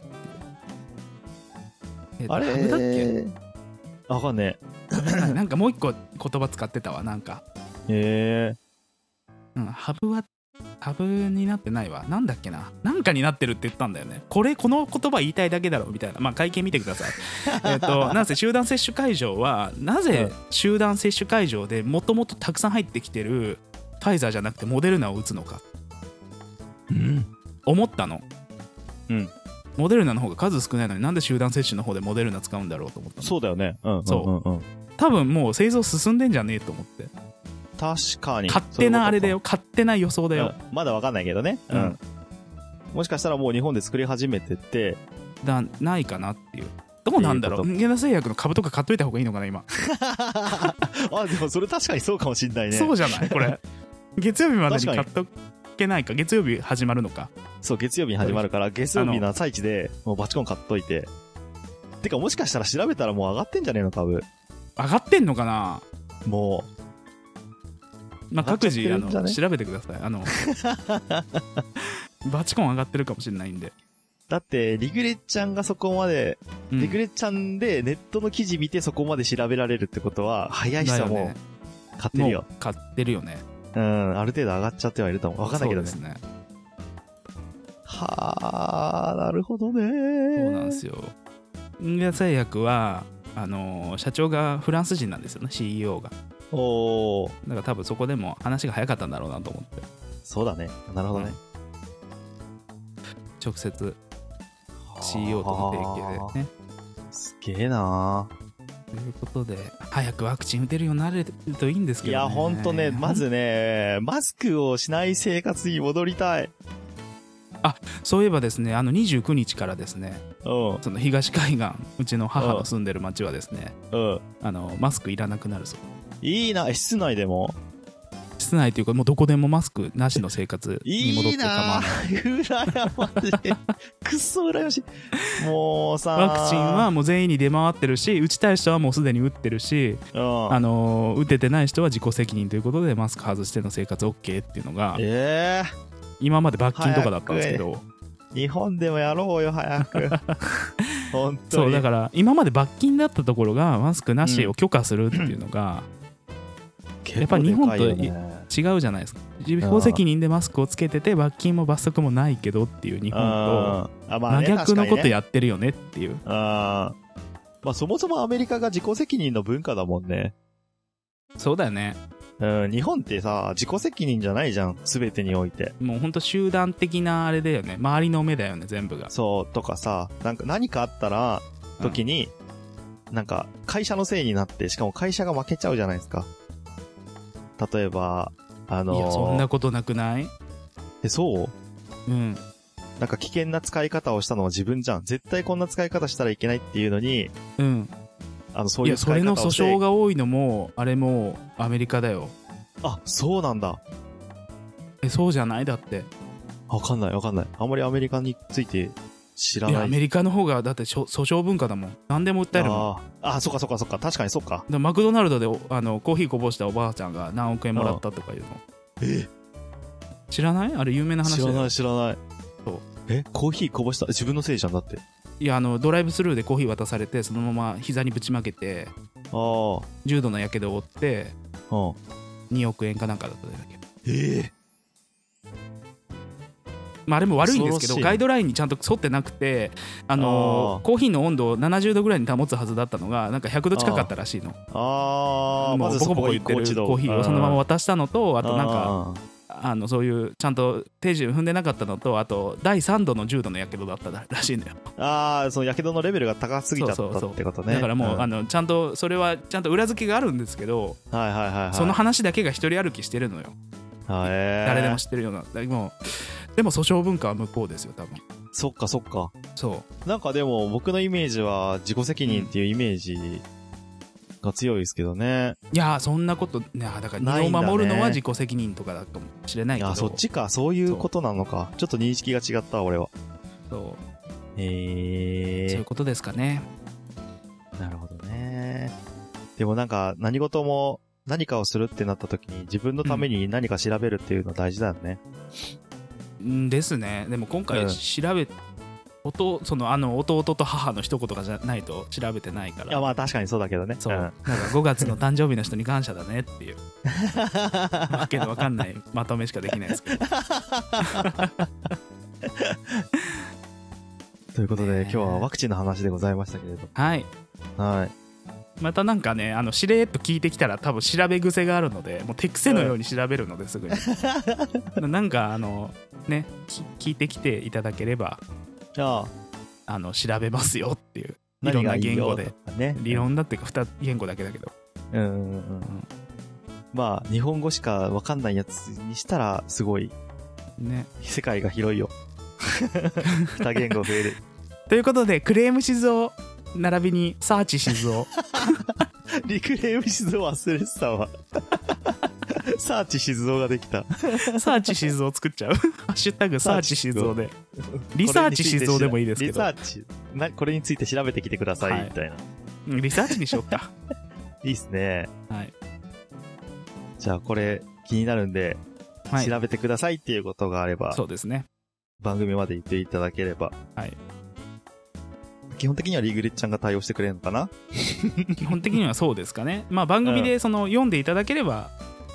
Speaker 1: えっと
Speaker 2: あれ
Speaker 1: ハブだっけ
Speaker 2: あわかんね
Speaker 1: はい <coughs> なんかもう一個言葉使ってたわなんか、
Speaker 2: え。へえ。
Speaker 1: うん、ハブはハブになってないわなんだっけななんかになってるって言ったんだよねこれこの言葉言いたいだけだろみたいなまあ会見見てくだ
Speaker 2: <laughs>
Speaker 1: さいえっとなんせ集団接種会場はなぜ集団接種会場でもともとたくさん入ってきてるファイザーじゃなくてモデルナを打つのか
Speaker 2: うん。
Speaker 1: 思ったの
Speaker 2: うん
Speaker 1: モデルナの方が数少ないのになんで集団接種の方でモデルナ使うんだろうと思ったの
Speaker 2: そうだよね。うん。
Speaker 1: そ
Speaker 2: うんうんうん。
Speaker 1: 多分もう製造進んでんじゃねえと思って
Speaker 2: 確かに。
Speaker 1: 勝手なあれだ
Speaker 2: よ
Speaker 1: よ勝手な予想だよ、
Speaker 2: うんまだわかんないけどね。う
Speaker 1: うん
Speaker 2: ん。もしかしたらもう日本で作り始めてて、 <laughs>
Speaker 1: だないかなっていうどうなんだろ
Speaker 2: っ
Speaker 1: う
Speaker 2: て
Speaker 1: 源田製薬の株とか買っといた方がいいのかな今、
Speaker 2: あ、でもそれ確かにそうかもしんないね。
Speaker 1: そうじゃないこ
Speaker 2: <laughs>
Speaker 1: れ月曜日までに
Speaker 2: 確か
Speaker 1: 買
Speaker 2: に
Speaker 1: っとけないか月曜日始まるのか
Speaker 2: そう、月曜日に始まるから、月曜日の朝一で、もうバチコン買っといて。てか、もしかしたら調べたらもう上がってんじゃねえの、株。
Speaker 1: 上がってんのかな
Speaker 2: も
Speaker 1: まあ、
Speaker 2: 上がっち
Speaker 1: 各
Speaker 2: ゃって
Speaker 1: 自あ
Speaker 2: るんじゃね
Speaker 1: の調べてくださいあの <laughs> バチコン上がってるかもしれないんで、
Speaker 2: う。だって、リグレちゃんがそこまで、
Speaker 1: うん
Speaker 2: リグレちゃんでネットの記事見てそこまで調べられるってことは、早い
Speaker 1: だ
Speaker 2: 人は
Speaker 1: よ
Speaker 2: も
Speaker 1: ね
Speaker 2: う買ってる
Speaker 1: も
Speaker 2: よ
Speaker 1: う。買ってるよね
Speaker 2: うん、ある程度上がっちゃってはいると思う。わかんないけどね
Speaker 1: そ。うですね
Speaker 2: はあ、なるほどね。
Speaker 1: そうなんですよ源田製薬はあの社長がフランス人なんですよね CEO がだか
Speaker 2: おー、
Speaker 1: ら多分そこでも話が早かったんだろうなと思って
Speaker 2: そうだね。なるほどね。
Speaker 1: 直接 CEO との提携でね
Speaker 2: あーすげえなー
Speaker 1: ということで早くワクチン打てるようになれるといいんですけ
Speaker 2: い
Speaker 1: ど、ね、
Speaker 2: や、ほんとね、まずね、マスクをしない生活に戻りたい。
Speaker 1: そういえばですねあの29日からですね
Speaker 2: うん、
Speaker 1: その東海岸うちの母の住んでる町はですね
Speaker 2: うん。
Speaker 1: あのマスクいらなくなるそう
Speaker 2: いいな、え室内でも。
Speaker 1: 室内というかもうどこでもマスクなしの生活に戻っ
Speaker 2: いい
Speaker 1: て構わ
Speaker 2: な
Speaker 1: ない
Speaker 2: ー、 <laughs> 羨ましい。くっそ羨ましい。もうさ、
Speaker 1: ワクチンは、もう全員に出回ってるし打ちたい人はもうすでに打ってるし、
Speaker 2: うん、
Speaker 1: あの打ててない人は自己責任ということでマスク外しての生活 OK っていうのが
Speaker 2: ええ
Speaker 1: 今まで罰金とかだったんですけど
Speaker 2: 日本でもやろうよ、
Speaker 1: <laughs>
Speaker 2: 早く。本当に。
Speaker 1: そう <clears throat> だから今まで罰金だったところがマスクなしを許可するっていうのが、やっぱ日本と
Speaker 2: 結構でかいよね
Speaker 1: 違うじゃないですか自法責任でマスクをつけてて罰金も罰則もないけどっていう日本と
Speaker 2: うんあまあ
Speaker 1: 真
Speaker 2: ね
Speaker 1: 逆のこと
Speaker 2: 確かにね
Speaker 1: やってるよねっていう
Speaker 2: あーまあそもそもアメリカが自己責任の文化だもんね。
Speaker 1: そうだよね
Speaker 2: うん、日本ってさ、自己責任じゃないじゃん、すべてにおいて。
Speaker 1: もうほんと集団的なあれだよね周りの目だよね全部が
Speaker 2: そう、とかさ、なんか何かあったら、時に、なんか会社のせいになって、しかも会社が負けちゃうじゃないですか。例えば、あのー
Speaker 1: いやそんなことなくない
Speaker 2: え、そう
Speaker 1: うん
Speaker 2: なんか危険な使い方をしたのは自分じゃん。絶対こんな使い方したらいけないっていうのに、
Speaker 1: うん
Speaker 2: あの、そう
Speaker 1: い
Speaker 2: い
Speaker 1: や
Speaker 2: う
Speaker 1: そ
Speaker 2: 使
Speaker 1: れ
Speaker 2: い方
Speaker 1: の
Speaker 2: をして。
Speaker 1: 訴訟が多いのもあれもアメリカだよ
Speaker 2: あ、そうなんだ。
Speaker 1: えそうじゃないだって
Speaker 2: わかんないわかんない。あんまりアメリカについて知ら
Speaker 1: い
Speaker 2: な
Speaker 1: やア
Speaker 2: い。
Speaker 1: メリカの方がだってしょ訴訟文化だもん何でも訴えるもん
Speaker 2: あーあ、そっかそっかそっか。確かにそっか。
Speaker 1: でマクドナルドでおあのコーヒーこぼしたおばあちゃんが何億円もらったとかいうの
Speaker 2: え
Speaker 1: 知らないあれ有名な話
Speaker 2: 知
Speaker 1: だ
Speaker 2: ら
Speaker 1: よ
Speaker 2: ない知らない
Speaker 1: そう。
Speaker 2: え、コーヒーこぼした自分のせいじゃんだって。
Speaker 1: いやあのドライブスルーでコーヒー渡されてそのまま膝にぶちまけて
Speaker 2: ああ、
Speaker 1: 重度のやけどを負って
Speaker 2: うん。
Speaker 1: 2億円かなんかだったんだけど、
Speaker 2: ええ
Speaker 1: まあ、あれも悪いんですけ
Speaker 2: 恐ろ
Speaker 1: ど
Speaker 2: しい
Speaker 1: ガイドラインにちゃんと沿ってなくてあの
Speaker 2: あー
Speaker 1: コーヒーの温度を70度ぐらいに保つはずだったのがなんか100度近かったらしいの
Speaker 2: ああ、
Speaker 1: も
Speaker 2: ま
Speaker 1: う
Speaker 2: ず
Speaker 1: ボ
Speaker 2: そ
Speaker 1: コボ
Speaker 2: こ
Speaker 1: コ言
Speaker 2: が一
Speaker 1: って
Speaker 2: 個
Speaker 1: るコ
Speaker 2: 落ち度
Speaker 1: ーヒーをそのまま渡したのとあ
Speaker 2: あ
Speaker 1: となんか
Speaker 2: ー、
Speaker 1: あのそういうちゃんと手順踏んでなかったのとあと第3度の重度のやけどだったららしいんだよ、
Speaker 2: ああ、そのやけどのレベルが高すぎちゃった
Speaker 1: そうそうそう
Speaker 2: ってことね。
Speaker 1: だからもう、
Speaker 2: ん
Speaker 1: あ
Speaker 2: はい
Speaker 1: のちゃんとそれはちゃんと裏付けがあるんですけど、
Speaker 2: はいはいはい。
Speaker 1: その話だけが一人歩きしてるのよ
Speaker 2: あ
Speaker 1: 誰
Speaker 2: ー、誰
Speaker 1: でも知ってるようなでもでも訴訟文化は向こうですよ多分
Speaker 2: そっかそっか。
Speaker 1: そ
Speaker 2: なんかでも僕のイメージは自己責任っていうイメージが強いですけどね。
Speaker 1: ういやーそんなことねだから
Speaker 2: ない
Speaker 1: 身を
Speaker 2: んだね
Speaker 1: 守るのは自己責任とかだかもしれないけど
Speaker 2: あ、そっちか、そういうことなのか。ちょっと認識が違ったわ、俺は。
Speaker 1: そうそうい
Speaker 2: へえ
Speaker 1: うことですかね
Speaker 2: ー。なるほどね。でもなんか何事も何かをするってなった時に自分のために何か調べるっていうの大事だよね。
Speaker 1: んですねでも今
Speaker 2: う
Speaker 1: 回
Speaker 2: ん
Speaker 1: 調べ、弟そのあの弟と母の一言がじゃないと調べてないから
Speaker 2: いやまあ確かにそうだけどね。
Speaker 1: そう、なん
Speaker 2: ん
Speaker 1: か5月の誕生日の人に感謝だねって
Speaker 2: <laughs>
Speaker 1: いうわけのわかんないまとめしかできないですけど
Speaker 2: ということ
Speaker 1: ね
Speaker 2: で
Speaker 1: え
Speaker 2: 今日はワクチンの話でございましたけれど。
Speaker 1: はい
Speaker 2: はい。
Speaker 1: またなんかねあのしれーっと聞いてきたら多分調べ癖があるのでもう手癖のように調べるのです
Speaker 2: <laughs>
Speaker 1: ぐに、なんかあのねき聞いてきていただければ
Speaker 2: じゃあ、
Speaker 1: あの調べますよっていういろ
Speaker 2: 何
Speaker 1: ん
Speaker 2: が
Speaker 1: ない
Speaker 2: い
Speaker 1: 言
Speaker 2: よ
Speaker 1: 語
Speaker 2: と
Speaker 1: で
Speaker 2: かね。
Speaker 1: 理論だっていうか2言語だけだけど
Speaker 2: うんうんうん。まあ、日本語しかわかんないやつにしたら、すごい、
Speaker 1: ね
Speaker 2: 世界が広い <laughs> よ。二言語増える。
Speaker 1: ということでクレームしずお並びにサーチしずお
Speaker 2: リクレーム静を忘れてたわ。 <laughs> サーチ静雄ができた。
Speaker 1: サーチしずお作っ <laughs> ちゃうハッシュタグサーチしずおでリサーチ静雄でもいいですけど
Speaker 2: リサーチ、な、これについて調べてきてくださ、
Speaker 1: はいい
Speaker 2: みたいな。
Speaker 1: うんリサーチにしよっか
Speaker 2: いいっすね。
Speaker 1: はい、
Speaker 2: じゃあ、これ、気になるんで、
Speaker 1: はい、
Speaker 2: 調べてくださいっていうことがあれば、
Speaker 1: そうですね
Speaker 2: 番組まで言っていただければ。
Speaker 1: はい。
Speaker 2: 基本的にはリグレッちゃんが対応してくれるのかな
Speaker 1: 基本的にはそうですかね。まあ番組でその読んでいただければ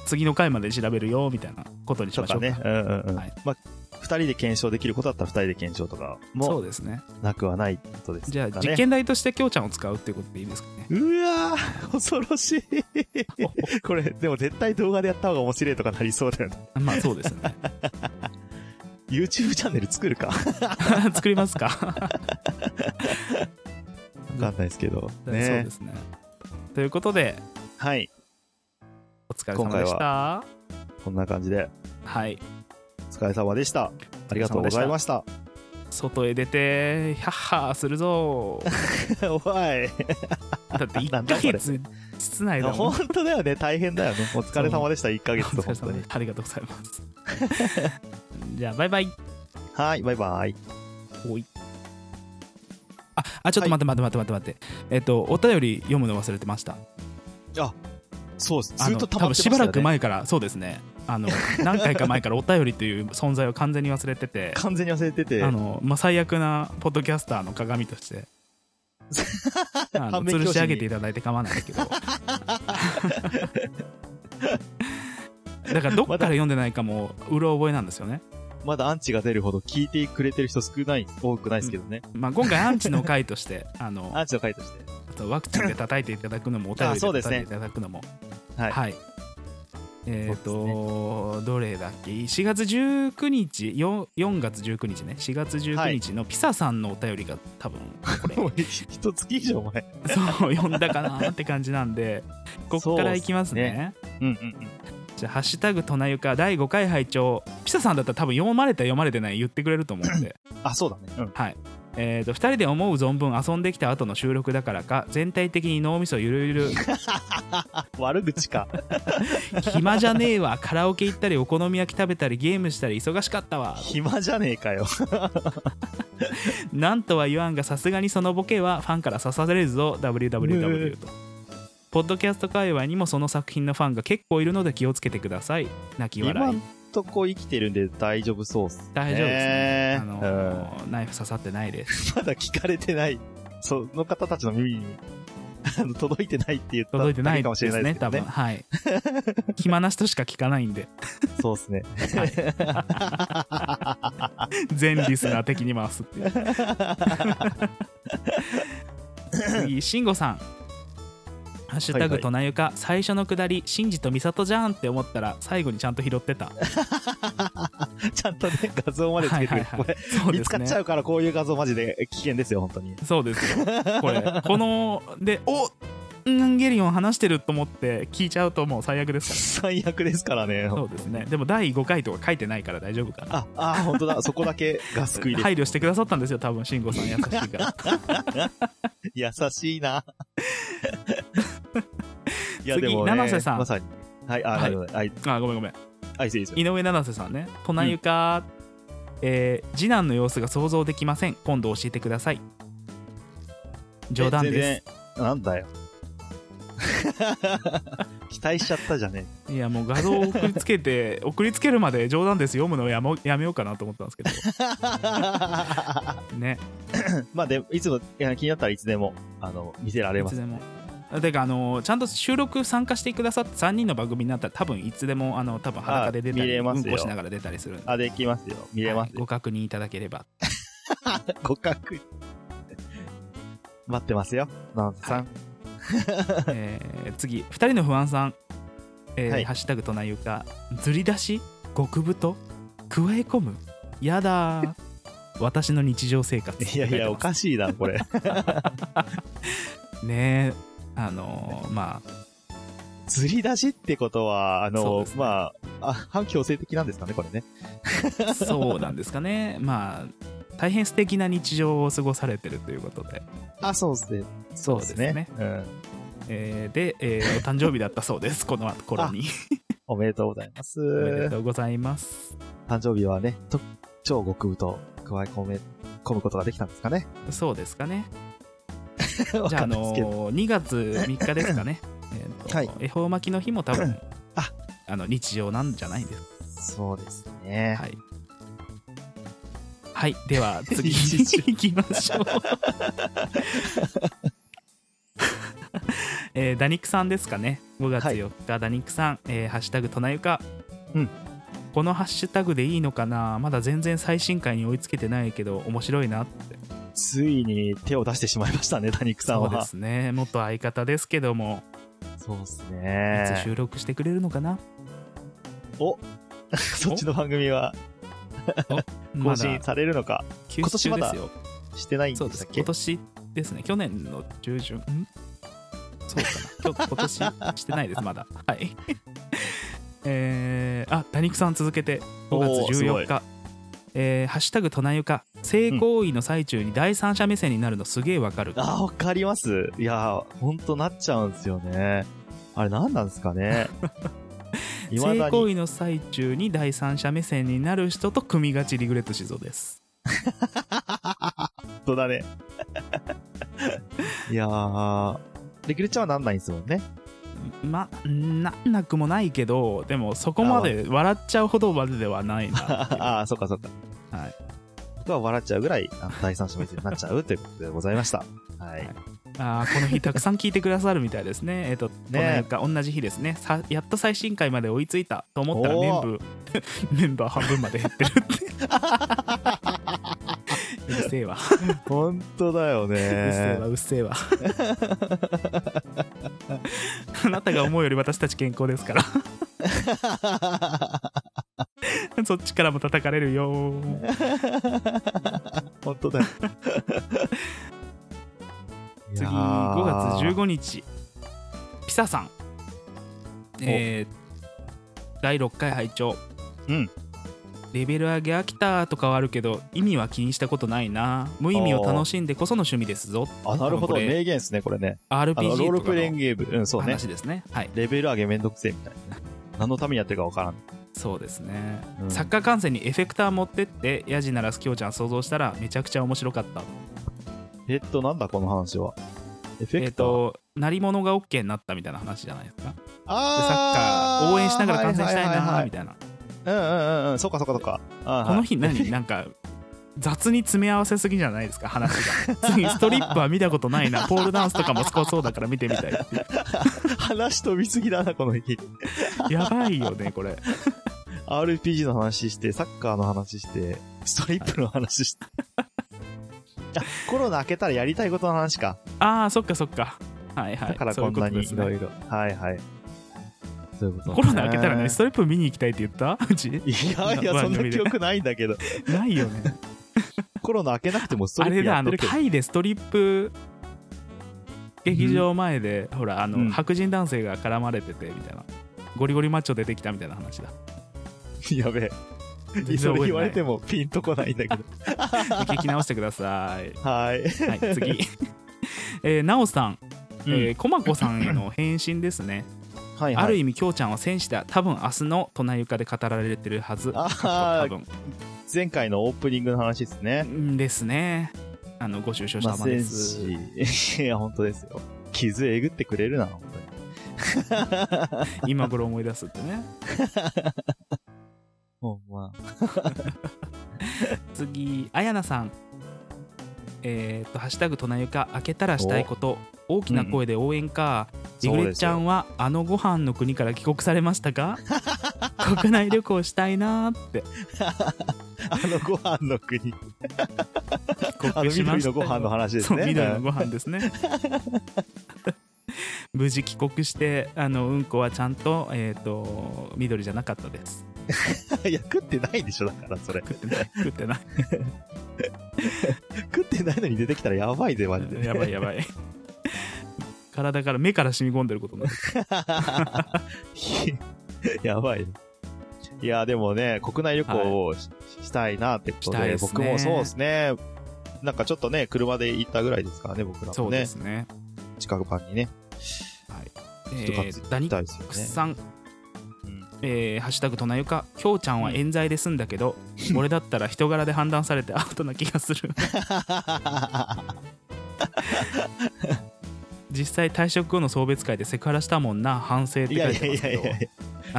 Speaker 1: 次の回まで調べるよみたいなことにし
Speaker 2: と
Speaker 1: まし
Speaker 2: か
Speaker 1: ょうか。
Speaker 2: ね。うんうんうん。
Speaker 1: はい
Speaker 2: まあ、二人で検証できることだったら二人で検証とか
Speaker 1: そ
Speaker 2: も
Speaker 1: うですね。
Speaker 2: なくはないことです
Speaker 1: じゃ
Speaker 2: か
Speaker 1: あ
Speaker 2: ね。
Speaker 1: 実験台としてきょうちゃんを使うっていうことでいいですかね。
Speaker 2: うわー、恐ろしい。これ、でも絶対動画でやった方が面白いとかなりそうだよね。
Speaker 1: <laughs> まあそうですね。
Speaker 2: YouTube チャンネル作るか。わ
Speaker 1: <laughs> 作りますか。
Speaker 2: かんないですけ
Speaker 1: そ
Speaker 2: ど。
Speaker 1: うで
Speaker 2: ね。
Speaker 1: すね。ということで
Speaker 2: はい。
Speaker 1: お疲れ様でした。
Speaker 2: 今回
Speaker 1: は
Speaker 2: こんな感じで、
Speaker 1: い。
Speaker 2: お疲れ様でした。ありがとうございました。
Speaker 1: 外へ出てヒャッハーするぞ。
Speaker 2: おい。
Speaker 1: <laughs> だって
Speaker 2: な
Speaker 1: 1
Speaker 2: んだ
Speaker 1: ヶ
Speaker 2: これ
Speaker 1: 月室内だもん。
Speaker 2: 本当だよね。大変だよね。お疲れ様でした。1ヶ
Speaker 1: お
Speaker 2: 月と、
Speaker 1: 疲れ
Speaker 2: 本当
Speaker 1: 様で
Speaker 2: に
Speaker 1: す。ありがとうございます。 <laughs> じゃあバイバイ。
Speaker 2: はい、バイバイ。
Speaker 1: おいああちょっと待って待って待って待って待って、えっとお便り読むの忘れてました
Speaker 2: そうで
Speaker 1: あ
Speaker 2: す。ずっ
Speaker 1: の
Speaker 2: と溜
Speaker 1: 多
Speaker 2: ま
Speaker 1: 分
Speaker 2: ってました
Speaker 1: し
Speaker 2: よね
Speaker 1: ばらく前からそうですねあの何回か前からお便りという存在を完全に忘れて
Speaker 2: <laughs>
Speaker 1: て
Speaker 2: 完全に忘れてて。
Speaker 1: あの、まあ、最悪なポッドキャスターの鏡として
Speaker 2: <laughs>
Speaker 1: あの
Speaker 2: 反面
Speaker 1: 吊る
Speaker 2: 教師に
Speaker 1: し上げていただいて構わないんですけどだからどっから読んでないかもうろ覚えなんですよね。
Speaker 2: まだアンチが出るほど聞いてくれてる人少ない、多くないですけどね。
Speaker 1: まあ、今回アンチの回としてあ
Speaker 2: <laughs>
Speaker 1: の
Speaker 2: アンチの回として。
Speaker 1: あとワクチンで叩いていただくのもお便り
Speaker 2: あ
Speaker 1: で
Speaker 2: そうです
Speaker 1: 叩い
Speaker 2: ね
Speaker 1: ていただくのも
Speaker 2: はい
Speaker 1: えっ、と、どれだっけ4月19日 4, 4月19日ね4月19日のピサさんのお便りが多分これ
Speaker 2: <laughs> もう一月以上前。
Speaker 1: <laughs> そう読んだかなって感じなん
Speaker 2: <laughs>
Speaker 1: でこっからいきます
Speaker 2: そうっす
Speaker 1: ね
Speaker 2: うんうんうん。
Speaker 1: じゃあ「ハッシュタグとなゆか第5回拝聴」ピサさんだったら多分読まれた読まれてない言ってくれると思うんで
Speaker 2: <laughs> あ、そうだね。うん。
Speaker 1: えー、と2人で思う存分遊んできた後の収録だからか全体的に脳みそゆるゆる
Speaker 2: 悪
Speaker 1: <laughs>
Speaker 2: 口か。
Speaker 1: 暇じゃねえわカラオケ行ったりお好み焼き食べたりゲームしたり忙しかったわ
Speaker 2: 暇じゃねえかよ。
Speaker 1: なんとは言わんがさすがにそのボケはファンから刺されるぞ WWW と。ポッドキャスト界隈にもその作品のファンが結構いるので気をつけてください。泣き
Speaker 2: 今
Speaker 1: 笑い
Speaker 2: ん。とこ生きてるんで大丈夫そうっす。
Speaker 1: 大丈夫ですね。
Speaker 2: ね
Speaker 1: あの
Speaker 2: うん
Speaker 1: ーナイフ刺さってないです。
Speaker 2: まだ聞かれてない。その方たちの耳に。 <laughs> あの届いてないって言った
Speaker 1: 届いてない
Speaker 2: か
Speaker 1: で
Speaker 2: もしれな
Speaker 1: す
Speaker 2: いで
Speaker 1: ね、
Speaker 2: すけ
Speaker 1: 多
Speaker 2: ど
Speaker 1: 分。
Speaker 2: ね。
Speaker 1: はい。暇な人しか聞かないんで、
Speaker 2: そうですね。
Speaker 1: 全リスナー的に回すって
Speaker 2: <laughs>
Speaker 1: いう。次、慎吾さん。ハッシュタ
Speaker 2: はいは
Speaker 1: グ
Speaker 2: い
Speaker 1: となゆか、最初のくだり、シンジとミサトじゃんって思ったら、最後にちゃんと拾ってた。
Speaker 2: ちゃん
Speaker 1: <laughs>
Speaker 2: とね、画像までつけてくれる。
Speaker 1: はいはいはい
Speaker 2: これ、
Speaker 1: そう
Speaker 2: 見
Speaker 1: で
Speaker 2: つ
Speaker 1: す
Speaker 2: かっ
Speaker 1: ね
Speaker 2: ち。ゃうから、こういう画像マジで危険ですよ、本当に。
Speaker 1: そうですよ。
Speaker 2: <laughs>
Speaker 1: これ、この、で、おエンゲリオン話してると思って聞いちゃうともう最悪ですか
Speaker 2: 最悪ですからね。
Speaker 1: ら。そうですね。でも第5回とか書いてないから大丈夫かな。
Speaker 2: あ、あ、
Speaker 1: <laughs>
Speaker 2: 本当だ。そこだけが救いです。
Speaker 1: 配慮してくださったんですよ、多分慎吾
Speaker 2: <laughs>
Speaker 1: さん優しいから。
Speaker 2: 優し
Speaker 1: <laughs>
Speaker 2: いな。いや、
Speaker 1: 次
Speaker 2: でもね、
Speaker 1: 七瀬さん
Speaker 2: まさに。はい、あ、なるほど。はい、
Speaker 1: あ、ごめんごめん。
Speaker 2: あいいですよ。
Speaker 1: 井上七瀬さんね。となゆか、えー次男の様子が想像できません。今度教えてください。冗談です。
Speaker 2: す。なん
Speaker 1: <laughs>
Speaker 2: だよ。期待しちゃったじゃね
Speaker 1: いや、もう画像を送りつけ
Speaker 2: <laughs>
Speaker 1: て、送りつけるまで冗談です読むのをやもやめようかなと思ったんですけど。<laughs>
Speaker 2: え。
Speaker 1: ね。
Speaker 2: まあ、でも、いつも、いや気になったらいつでも、あの、見せられ
Speaker 1: い
Speaker 2: ま
Speaker 1: つ
Speaker 2: す。
Speaker 1: でも。てかあのちゃんと収録参加してくださって3人の番組になったら多分いつでもあの多分裸で出た
Speaker 2: あ見
Speaker 1: り
Speaker 2: れます
Speaker 1: うん
Speaker 2: よ
Speaker 1: こしながら出たりするんで
Speaker 2: あ、できますよ。見れま
Speaker 1: は
Speaker 2: す
Speaker 1: いご
Speaker 2: よ。
Speaker 1: 確認いただければ
Speaker 2: 互角。待ってますよ、七瀬さん。
Speaker 1: <laughs> えー次2人の不安さん、えー
Speaker 2: はい
Speaker 1: ハッシュタグとなゆかずり出し極太加え込むやだー
Speaker 2: <laughs>
Speaker 1: 私の日常生活
Speaker 2: いやいや、お
Speaker 1: ね
Speaker 2: かしいな、
Speaker 1: <laughs>
Speaker 2: これ。
Speaker 1: えあのーまあ
Speaker 2: 釣り出しってことは、あ
Speaker 1: そう
Speaker 2: の、
Speaker 1: ですね
Speaker 2: まあ、あ、反強制的なんですかね、これね。
Speaker 1: そうなんですかね <laughs> まあ大変素敵な日常を過ごされてるということで、
Speaker 2: あ、そうですね。
Speaker 1: そうですね。
Speaker 2: うん。
Speaker 1: えーで、えーお誕生日だったそうですこの頃に
Speaker 2: おめでとうございます。
Speaker 1: おめで
Speaker 2: 誕
Speaker 1: とうございます
Speaker 2: 生日はね、と超極太、加え込め、込むことができたんですかね。
Speaker 1: そうですかね <laughs>
Speaker 2: わ
Speaker 1: じゃあ、
Speaker 2: か
Speaker 1: あ
Speaker 2: んないです
Speaker 1: の
Speaker 2: けど。
Speaker 1: ー、2月3日ですかね。えーと
Speaker 2: はい
Speaker 1: 恵方巻きの日も多分
Speaker 2: あ
Speaker 1: あの日常なんじゃないです
Speaker 2: そうです
Speaker 1: か。
Speaker 2: ね。
Speaker 1: はい、はい、で
Speaker 2: <laughs>
Speaker 1: は次
Speaker 2: 日常
Speaker 1: 行きまし
Speaker 2: <laughs>
Speaker 1: ょう。えー、ダニックさんですかね5月
Speaker 2: はい
Speaker 1: 4日、ダニックさん、えーハッシュタグとなゆか、
Speaker 2: うん
Speaker 1: このハッシュタグでいいのかなまだ全然最新回に追いつけてないけど面白いなって
Speaker 2: ついに手を出してしまいましたね、谷口さん
Speaker 1: そうで
Speaker 2: は。
Speaker 1: すね元相方ですけども
Speaker 2: そうです
Speaker 1: いつ
Speaker 2: ね。
Speaker 1: 収録してくれるのかな、
Speaker 2: おそっちの番組は
Speaker 1: ま
Speaker 2: 更
Speaker 1: だ
Speaker 2: 新されるのか、
Speaker 1: 休止中ですよ。
Speaker 2: してないんで
Speaker 1: そうで
Speaker 2: した
Speaker 1: す
Speaker 2: っ。け
Speaker 1: 今年ですね。去年の中旬。んそう
Speaker 2: <laughs>
Speaker 1: かな。今日今年してないです、まだ。はい。 <laughs> えー、あ、多肉さん続けて、5
Speaker 2: おー
Speaker 1: 月
Speaker 2: すご
Speaker 1: 14
Speaker 2: い
Speaker 1: 日。えーハッシュタグとなゆか性行為の最中に第三者目線になるのすげえわかる、
Speaker 2: あー、わかります。いやー、ほんとなっちゃうんですよね。あれ、何なんですか
Speaker 1: <laughs>
Speaker 2: ね。いま
Speaker 1: 性
Speaker 2: だ
Speaker 1: 行
Speaker 2: に。
Speaker 1: 為の最中に第三者目線になる人と組みがちリグレットしそうです
Speaker 2: そうだね。 <laughs> いやー、レギュレちゃんはなんないんですもんね。
Speaker 1: まあなんなくもないけどでもそこまで笑っちゃうほどまでではないなっていう
Speaker 2: ああ、そっかそっか。
Speaker 1: はい
Speaker 2: 僕は笑っちゃうぐらい、あの第三者目線になっちゃうということでございました。はい。
Speaker 1: あーこの日たくさん聞いてくださるみたいですね。えっと、こ
Speaker 2: ね
Speaker 1: の日か同じ日ですねさ。やっと最新回まで追いついたと思ったら
Speaker 2: お
Speaker 1: メンバ
Speaker 2: ー
Speaker 1: ーメンバー <laughs> 半分まで減ってるって。
Speaker 2: <laughs>
Speaker 1: うるせえわ。
Speaker 2: 本当だよ
Speaker 1: うっせ <laughs> えわ、
Speaker 2: ね。
Speaker 1: うっせえわ。あなたが思うより私たち健康です
Speaker 2: <laughs>
Speaker 1: から。そっちからも叩かれるよ。
Speaker 2: 本当だよ。
Speaker 1: <laughs> 次、
Speaker 2: いやー
Speaker 1: 5月15日、ピサさん。えー第6回拝聴。
Speaker 2: うん。
Speaker 1: レベル上げ飽きたとかはあるけど、意味は気にしたことないな。無意味を楽しんでこその趣味ですぞ。
Speaker 2: あ、なるほ
Speaker 1: こ
Speaker 2: ど。
Speaker 1: れ
Speaker 2: 名言ですね、これね。あの、ロー
Speaker 1: RPG
Speaker 2: ル
Speaker 1: とか
Speaker 2: プレイン
Speaker 1: の
Speaker 2: グゲーム。うん、そうね。
Speaker 1: 話ですね。はい。
Speaker 2: レベル上げめんどくせえみたいな。何のためにやってるかわからん。
Speaker 1: そうですね、
Speaker 2: うん
Speaker 1: サッカー観戦にエフェクター持ってってヤジならすきょうちゃん想像したらめちゃくちゃ面白かった
Speaker 2: えっと、なんだこの話は。エフ
Speaker 1: えっ、
Speaker 2: ェクター。
Speaker 1: と鳴り物が OK になったみたいな話じゃないですかでサッ
Speaker 2: あ
Speaker 1: カー応援しながら観戦したい
Speaker 2: ははは
Speaker 1: な
Speaker 2: は
Speaker 1: みたいな
Speaker 2: うんうんうんうん、そうかそうかそうか。あ
Speaker 1: この日何なんか雑に詰め合わせすぎじゃないですか話が次ストリップは見たことない
Speaker 2: <laughs>
Speaker 1: なポールダンスとかもすごそうだから見てみたいっていう
Speaker 2: 話飛びすぎだな、この日。
Speaker 1: やばいよねこれ
Speaker 2: RPG の話して、サッカーの話して、ストリップの話して。 <laughs> あコロナ明けたらやりたいことの話か。
Speaker 1: ああそっかそっかはいはい
Speaker 2: だからこんなに
Speaker 1: そう
Speaker 2: い
Speaker 1: いうことで
Speaker 2: ろ
Speaker 1: すね
Speaker 2: いろ。はいはい。そういうこと、
Speaker 1: コロナ明けたらねストリップ見に行きたいって言ったうち
Speaker 2: いやい
Speaker 1: ま
Speaker 2: や、
Speaker 1: あ
Speaker 2: そん
Speaker 1: 番
Speaker 2: な
Speaker 1: 組で
Speaker 2: 記憶ないんだけど。
Speaker 1: ないよ
Speaker 2: <laughs>
Speaker 1: ね
Speaker 2: コロナ明けなくてもスト
Speaker 1: あ
Speaker 2: リッ
Speaker 1: れ
Speaker 2: プ
Speaker 1: だ
Speaker 2: や
Speaker 1: あ
Speaker 2: って
Speaker 1: の
Speaker 2: るけど。
Speaker 1: タイでストリップ劇場前で、ほらあの、
Speaker 2: うん
Speaker 1: 白人男性が絡まれててみたいなゴリゴリマッチョ出てきたみたいな話だ
Speaker 2: やべえ。
Speaker 1: 全然
Speaker 2: <laughs> そ
Speaker 1: 覚えてない
Speaker 2: れ言われてもピンとこないんだけど。
Speaker 1: 聞き直してください
Speaker 2: はい。
Speaker 1: はい次
Speaker 2: <laughs>
Speaker 1: えーなおさん、え
Speaker 2: うん
Speaker 1: ーこまこさんへの返信ですね、
Speaker 2: <laughs> はい
Speaker 1: ある意味きょうちゃんは戦士だ多分明日の「隣床」で語られてるはず
Speaker 2: あ
Speaker 1: 多
Speaker 2: ー
Speaker 1: 分
Speaker 2: 前回のオープニングの話ですね。
Speaker 1: んですねあのご愁傷
Speaker 2: まあ、
Speaker 1: 様
Speaker 2: 戦
Speaker 1: です、
Speaker 2: 士。いや、本当ですよ。傷えぐってくれるな、本当に。
Speaker 1: 今頃思い出すってね
Speaker 2: ほんま。
Speaker 1: 次あやなさんえーっと「ハッシュタグとなゆか開けたらしたいこと大きな声で応援か、リグレちゃんはあのご飯の国から帰国されましたか国内旅行したいなーって
Speaker 2: あのご飯の国。
Speaker 1: 帰
Speaker 2: あの
Speaker 1: 国しま
Speaker 2: 緑
Speaker 1: した
Speaker 2: のご飯の話です
Speaker 1: そう
Speaker 2: ね。
Speaker 1: 緑のご飯ですね <laughs> 無事帰国してあのうんこはちゃんと,、えーっと緑じゃなかったです
Speaker 2: <laughs> いや、食ってないでしょ、だから、それ。
Speaker 1: 食って
Speaker 2: <laughs>
Speaker 1: ない食ってない
Speaker 2: 食ってないのに出てきたらやばいぜ、
Speaker 1: <laughs>
Speaker 2: マジで。
Speaker 1: やばいやばい体から目から染み込んでることになる
Speaker 2: やばい。いや、でもね、国内旅行をし,、たいなってこと
Speaker 1: したい
Speaker 2: で、
Speaker 1: ですね
Speaker 2: 僕もそうですね。なんかちょっとね、車で行ったぐらいですからね、僕ら
Speaker 1: そ
Speaker 2: も
Speaker 1: うで
Speaker 2: ね。
Speaker 1: すね
Speaker 2: 近くパンにね。
Speaker 1: え
Speaker 2: ちょっと買って
Speaker 1: ー、ダニッ
Speaker 2: 行きたいですよね
Speaker 1: ク。スさん、
Speaker 2: うん
Speaker 1: えーハッシュタグとなゆか、きょうちゃんは冤罪で済んだけど、俺だったら人柄で判断されてアウトな気がす
Speaker 2: <laughs>
Speaker 1: る。実際退職後の送別会でセクハラしたもんな、反省って
Speaker 2: い
Speaker 1: 書
Speaker 2: や
Speaker 1: い
Speaker 2: いや
Speaker 1: てま
Speaker 2: い
Speaker 1: す
Speaker 2: や
Speaker 1: け
Speaker 2: い
Speaker 1: ど
Speaker 2: や、い
Speaker 1: あ
Speaker 2: や、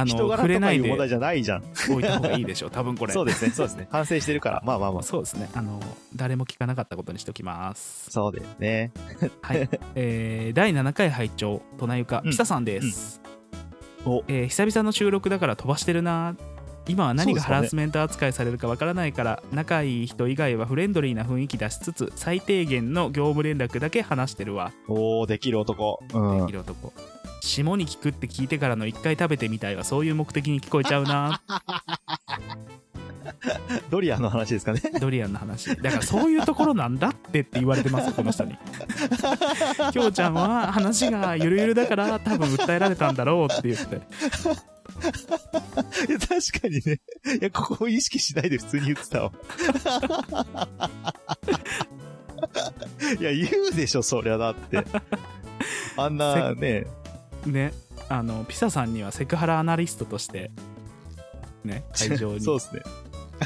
Speaker 1: の
Speaker 2: 人柄
Speaker 1: 触
Speaker 2: と
Speaker 1: れな
Speaker 2: かい
Speaker 1: いうで
Speaker 2: 問題じゃないじゃん。
Speaker 1: 置いた方がいいでしょう、多分これ。
Speaker 2: そうですね、そうですね。反省してるから、まあまあまあ。
Speaker 1: そうですねあの誰も聞かなかったことにしておきます。
Speaker 2: そうですね。 <laughs>
Speaker 1: はい、えー第7回拝聴となゆか、
Speaker 2: うん
Speaker 1: ピサさんです、
Speaker 2: うんお
Speaker 1: えー久々の収録だから飛ばしてるな今は何がハ
Speaker 2: そうですかね
Speaker 1: ラスメント扱いされるかわからないから、仲いい人以外はフレンドリーな雰囲気出しつつ最低限の業務連絡だけ話してるわ、
Speaker 2: おー、できる男。うん。
Speaker 1: 色男霜に聞くって聞いてからの一回食べてみたいはそういう目的に聞こえちゃう
Speaker 2: <laughs>
Speaker 1: な
Speaker 2: ドリアンの話ですかね。 <laughs>
Speaker 1: ドリアンの話だからそういうところなんだってって言われてますよこの人
Speaker 2: <laughs>
Speaker 1: にきょうちゃんは話がゆるゆるだから多分訴えられたんだろうって言って
Speaker 2: いや確かにね。いや、ここを意識しないで普通に言ってたわ。 <laughs> いや、言うでしょ、そりゃだって。あんなね、
Speaker 1: ねあのピサさんにはセクハラアナリストとして
Speaker 2: <laughs>
Speaker 1: ね会場に
Speaker 2: そうですね。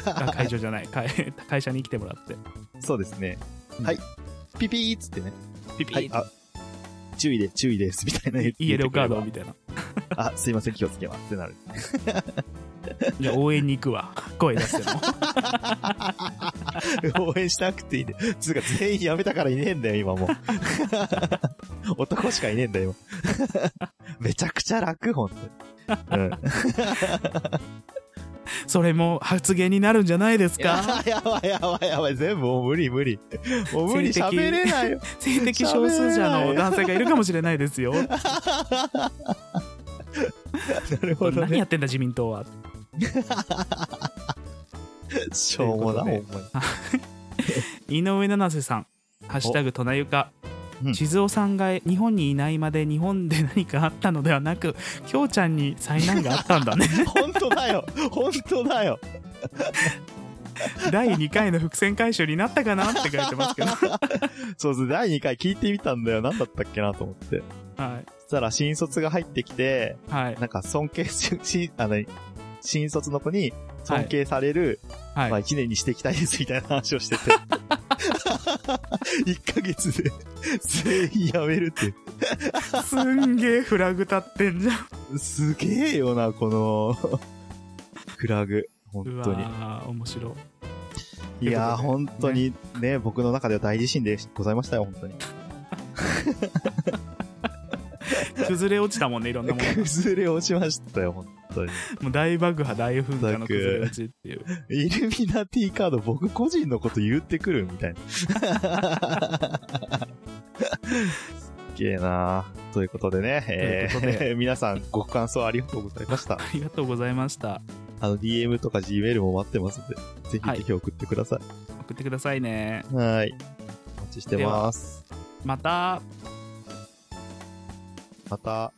Speaker 1: あ会場じゃない会 <laughs> 会社に来てもらって
Speaker 2: そうですね。
Speaker 1: うん
Speaker 2: はい。ピピーっつってね。
Speaker 1: ピピ
Speaker 2: はい、あ、注意で、注意です、みたいな言って
Speaker 1: イエローカード
Speaker 2: 言っ
Speaker 1: み
Speaker 2: て
Speaker 1: たいな
Speaker 2: くれればあ、すいません、気をつけますってなる。
Speaker 1: じゃあ応援に行くわ。 <laughs> 声出して
Speaker 2: <laughs>
Speaker 1: も。
Speaker 2: 応援しなくていいんだよ。つうか、全員辞めたからいねえんだよ、今もう。 <laughs> 男しかいねえんだよ、今。 <laughs> めちゃくちゃ楽、ほんとに。うん、
Speaker 1: それも発言になるんじゃないです
Speaker 2: いや
Speaker 1: か
Speaker 2: <laughs> やばいやばいやばい全部もう無理無理もう無理
Speaker 1: 性的
Speaker 2: 喋れないよ
Speaker 1: 性的少数者の男性がいるかもしれないです
Speaker 2: <laughs>
Speaker 1: よ。
Speaker 2: なるほど
Speaker 1: 何 <laughs>
Speaker 2: ね
Speaker 1: やってんだ自民党は。
Speaker 2: しょうもな
Speaker 1: と
Speaker 2: お
Speaker 1: いう
Speaker 2: 前
Speaker 1: こ井上七瀬さん「ハッシュタグとなゆか」
Speaker 2: うん
Speaker 1: 静雄さんが日本にいないまで日本で何かあったのではなくきょうちゃんに災難があったんだね
Speaker 2: 本当だよ本当だよ
Speaker 1: 第2回の伏線回収になったかなって書いて
Speaker 2: <laughs>
Speaker 1: ますけど、
Speaker 2: そうそう第2回聞いてみたんだよ何だったっけなと思って
Speaker 1: は
Speaker 2: そしたら新卒が入ってきて
Speaker 1: いはい
Speaker 2: なんか尊敬ししあの新卒の子に尊敬される、
Speaker 1: はい、
Speaker 2: まあ1年にしていきたいですみたいな話をして
Speaker 1: <laughs>
Speaker 2: <laughs> て1ヶ月で <laughs> 全員辞めるっていう
Speaker 1: すんげえフラグ立ってんじゃん
Speaker 2: すげえよな、この、 <laughs> フラグ。本
Speaker 1: う
Speaker 2: 当に。
Speaker 1: わー面白い
Speaker 2: いや
Speaker 1: ということ
Speaker 2: ー、本当にね、僕の中では大地震でございましたよ、本当に。
Speaker 1: 崩れ落ちたもんねいろんなものが
Speaker 2: 崩れ落ちましたよ、本当に。
Speaker 1: もう大爆破大噴火の崩れ落ちっていう
Speaker 2: イルミナティカード、僕個人のこと言ってくるみ
Speaker 1: <laughs>
Speaker 2: たいな。すっげえなーということでね、え
Speaker 1: ということ
Speaker 2: ー、皆さんご感想ありがとうございました
Speaker 1: あ。りがとうございました
Speaker 2: あの、DM とか Gmail も待ってますんで、ぜひ
Speaker 1: はい
Speaker 2: ぜひ送ってくださ
Speaker 1: 送ってくださいね
Speaker 2: い。はーい。お待ちしてます。
Speaker 1: また
Speaker 2: また。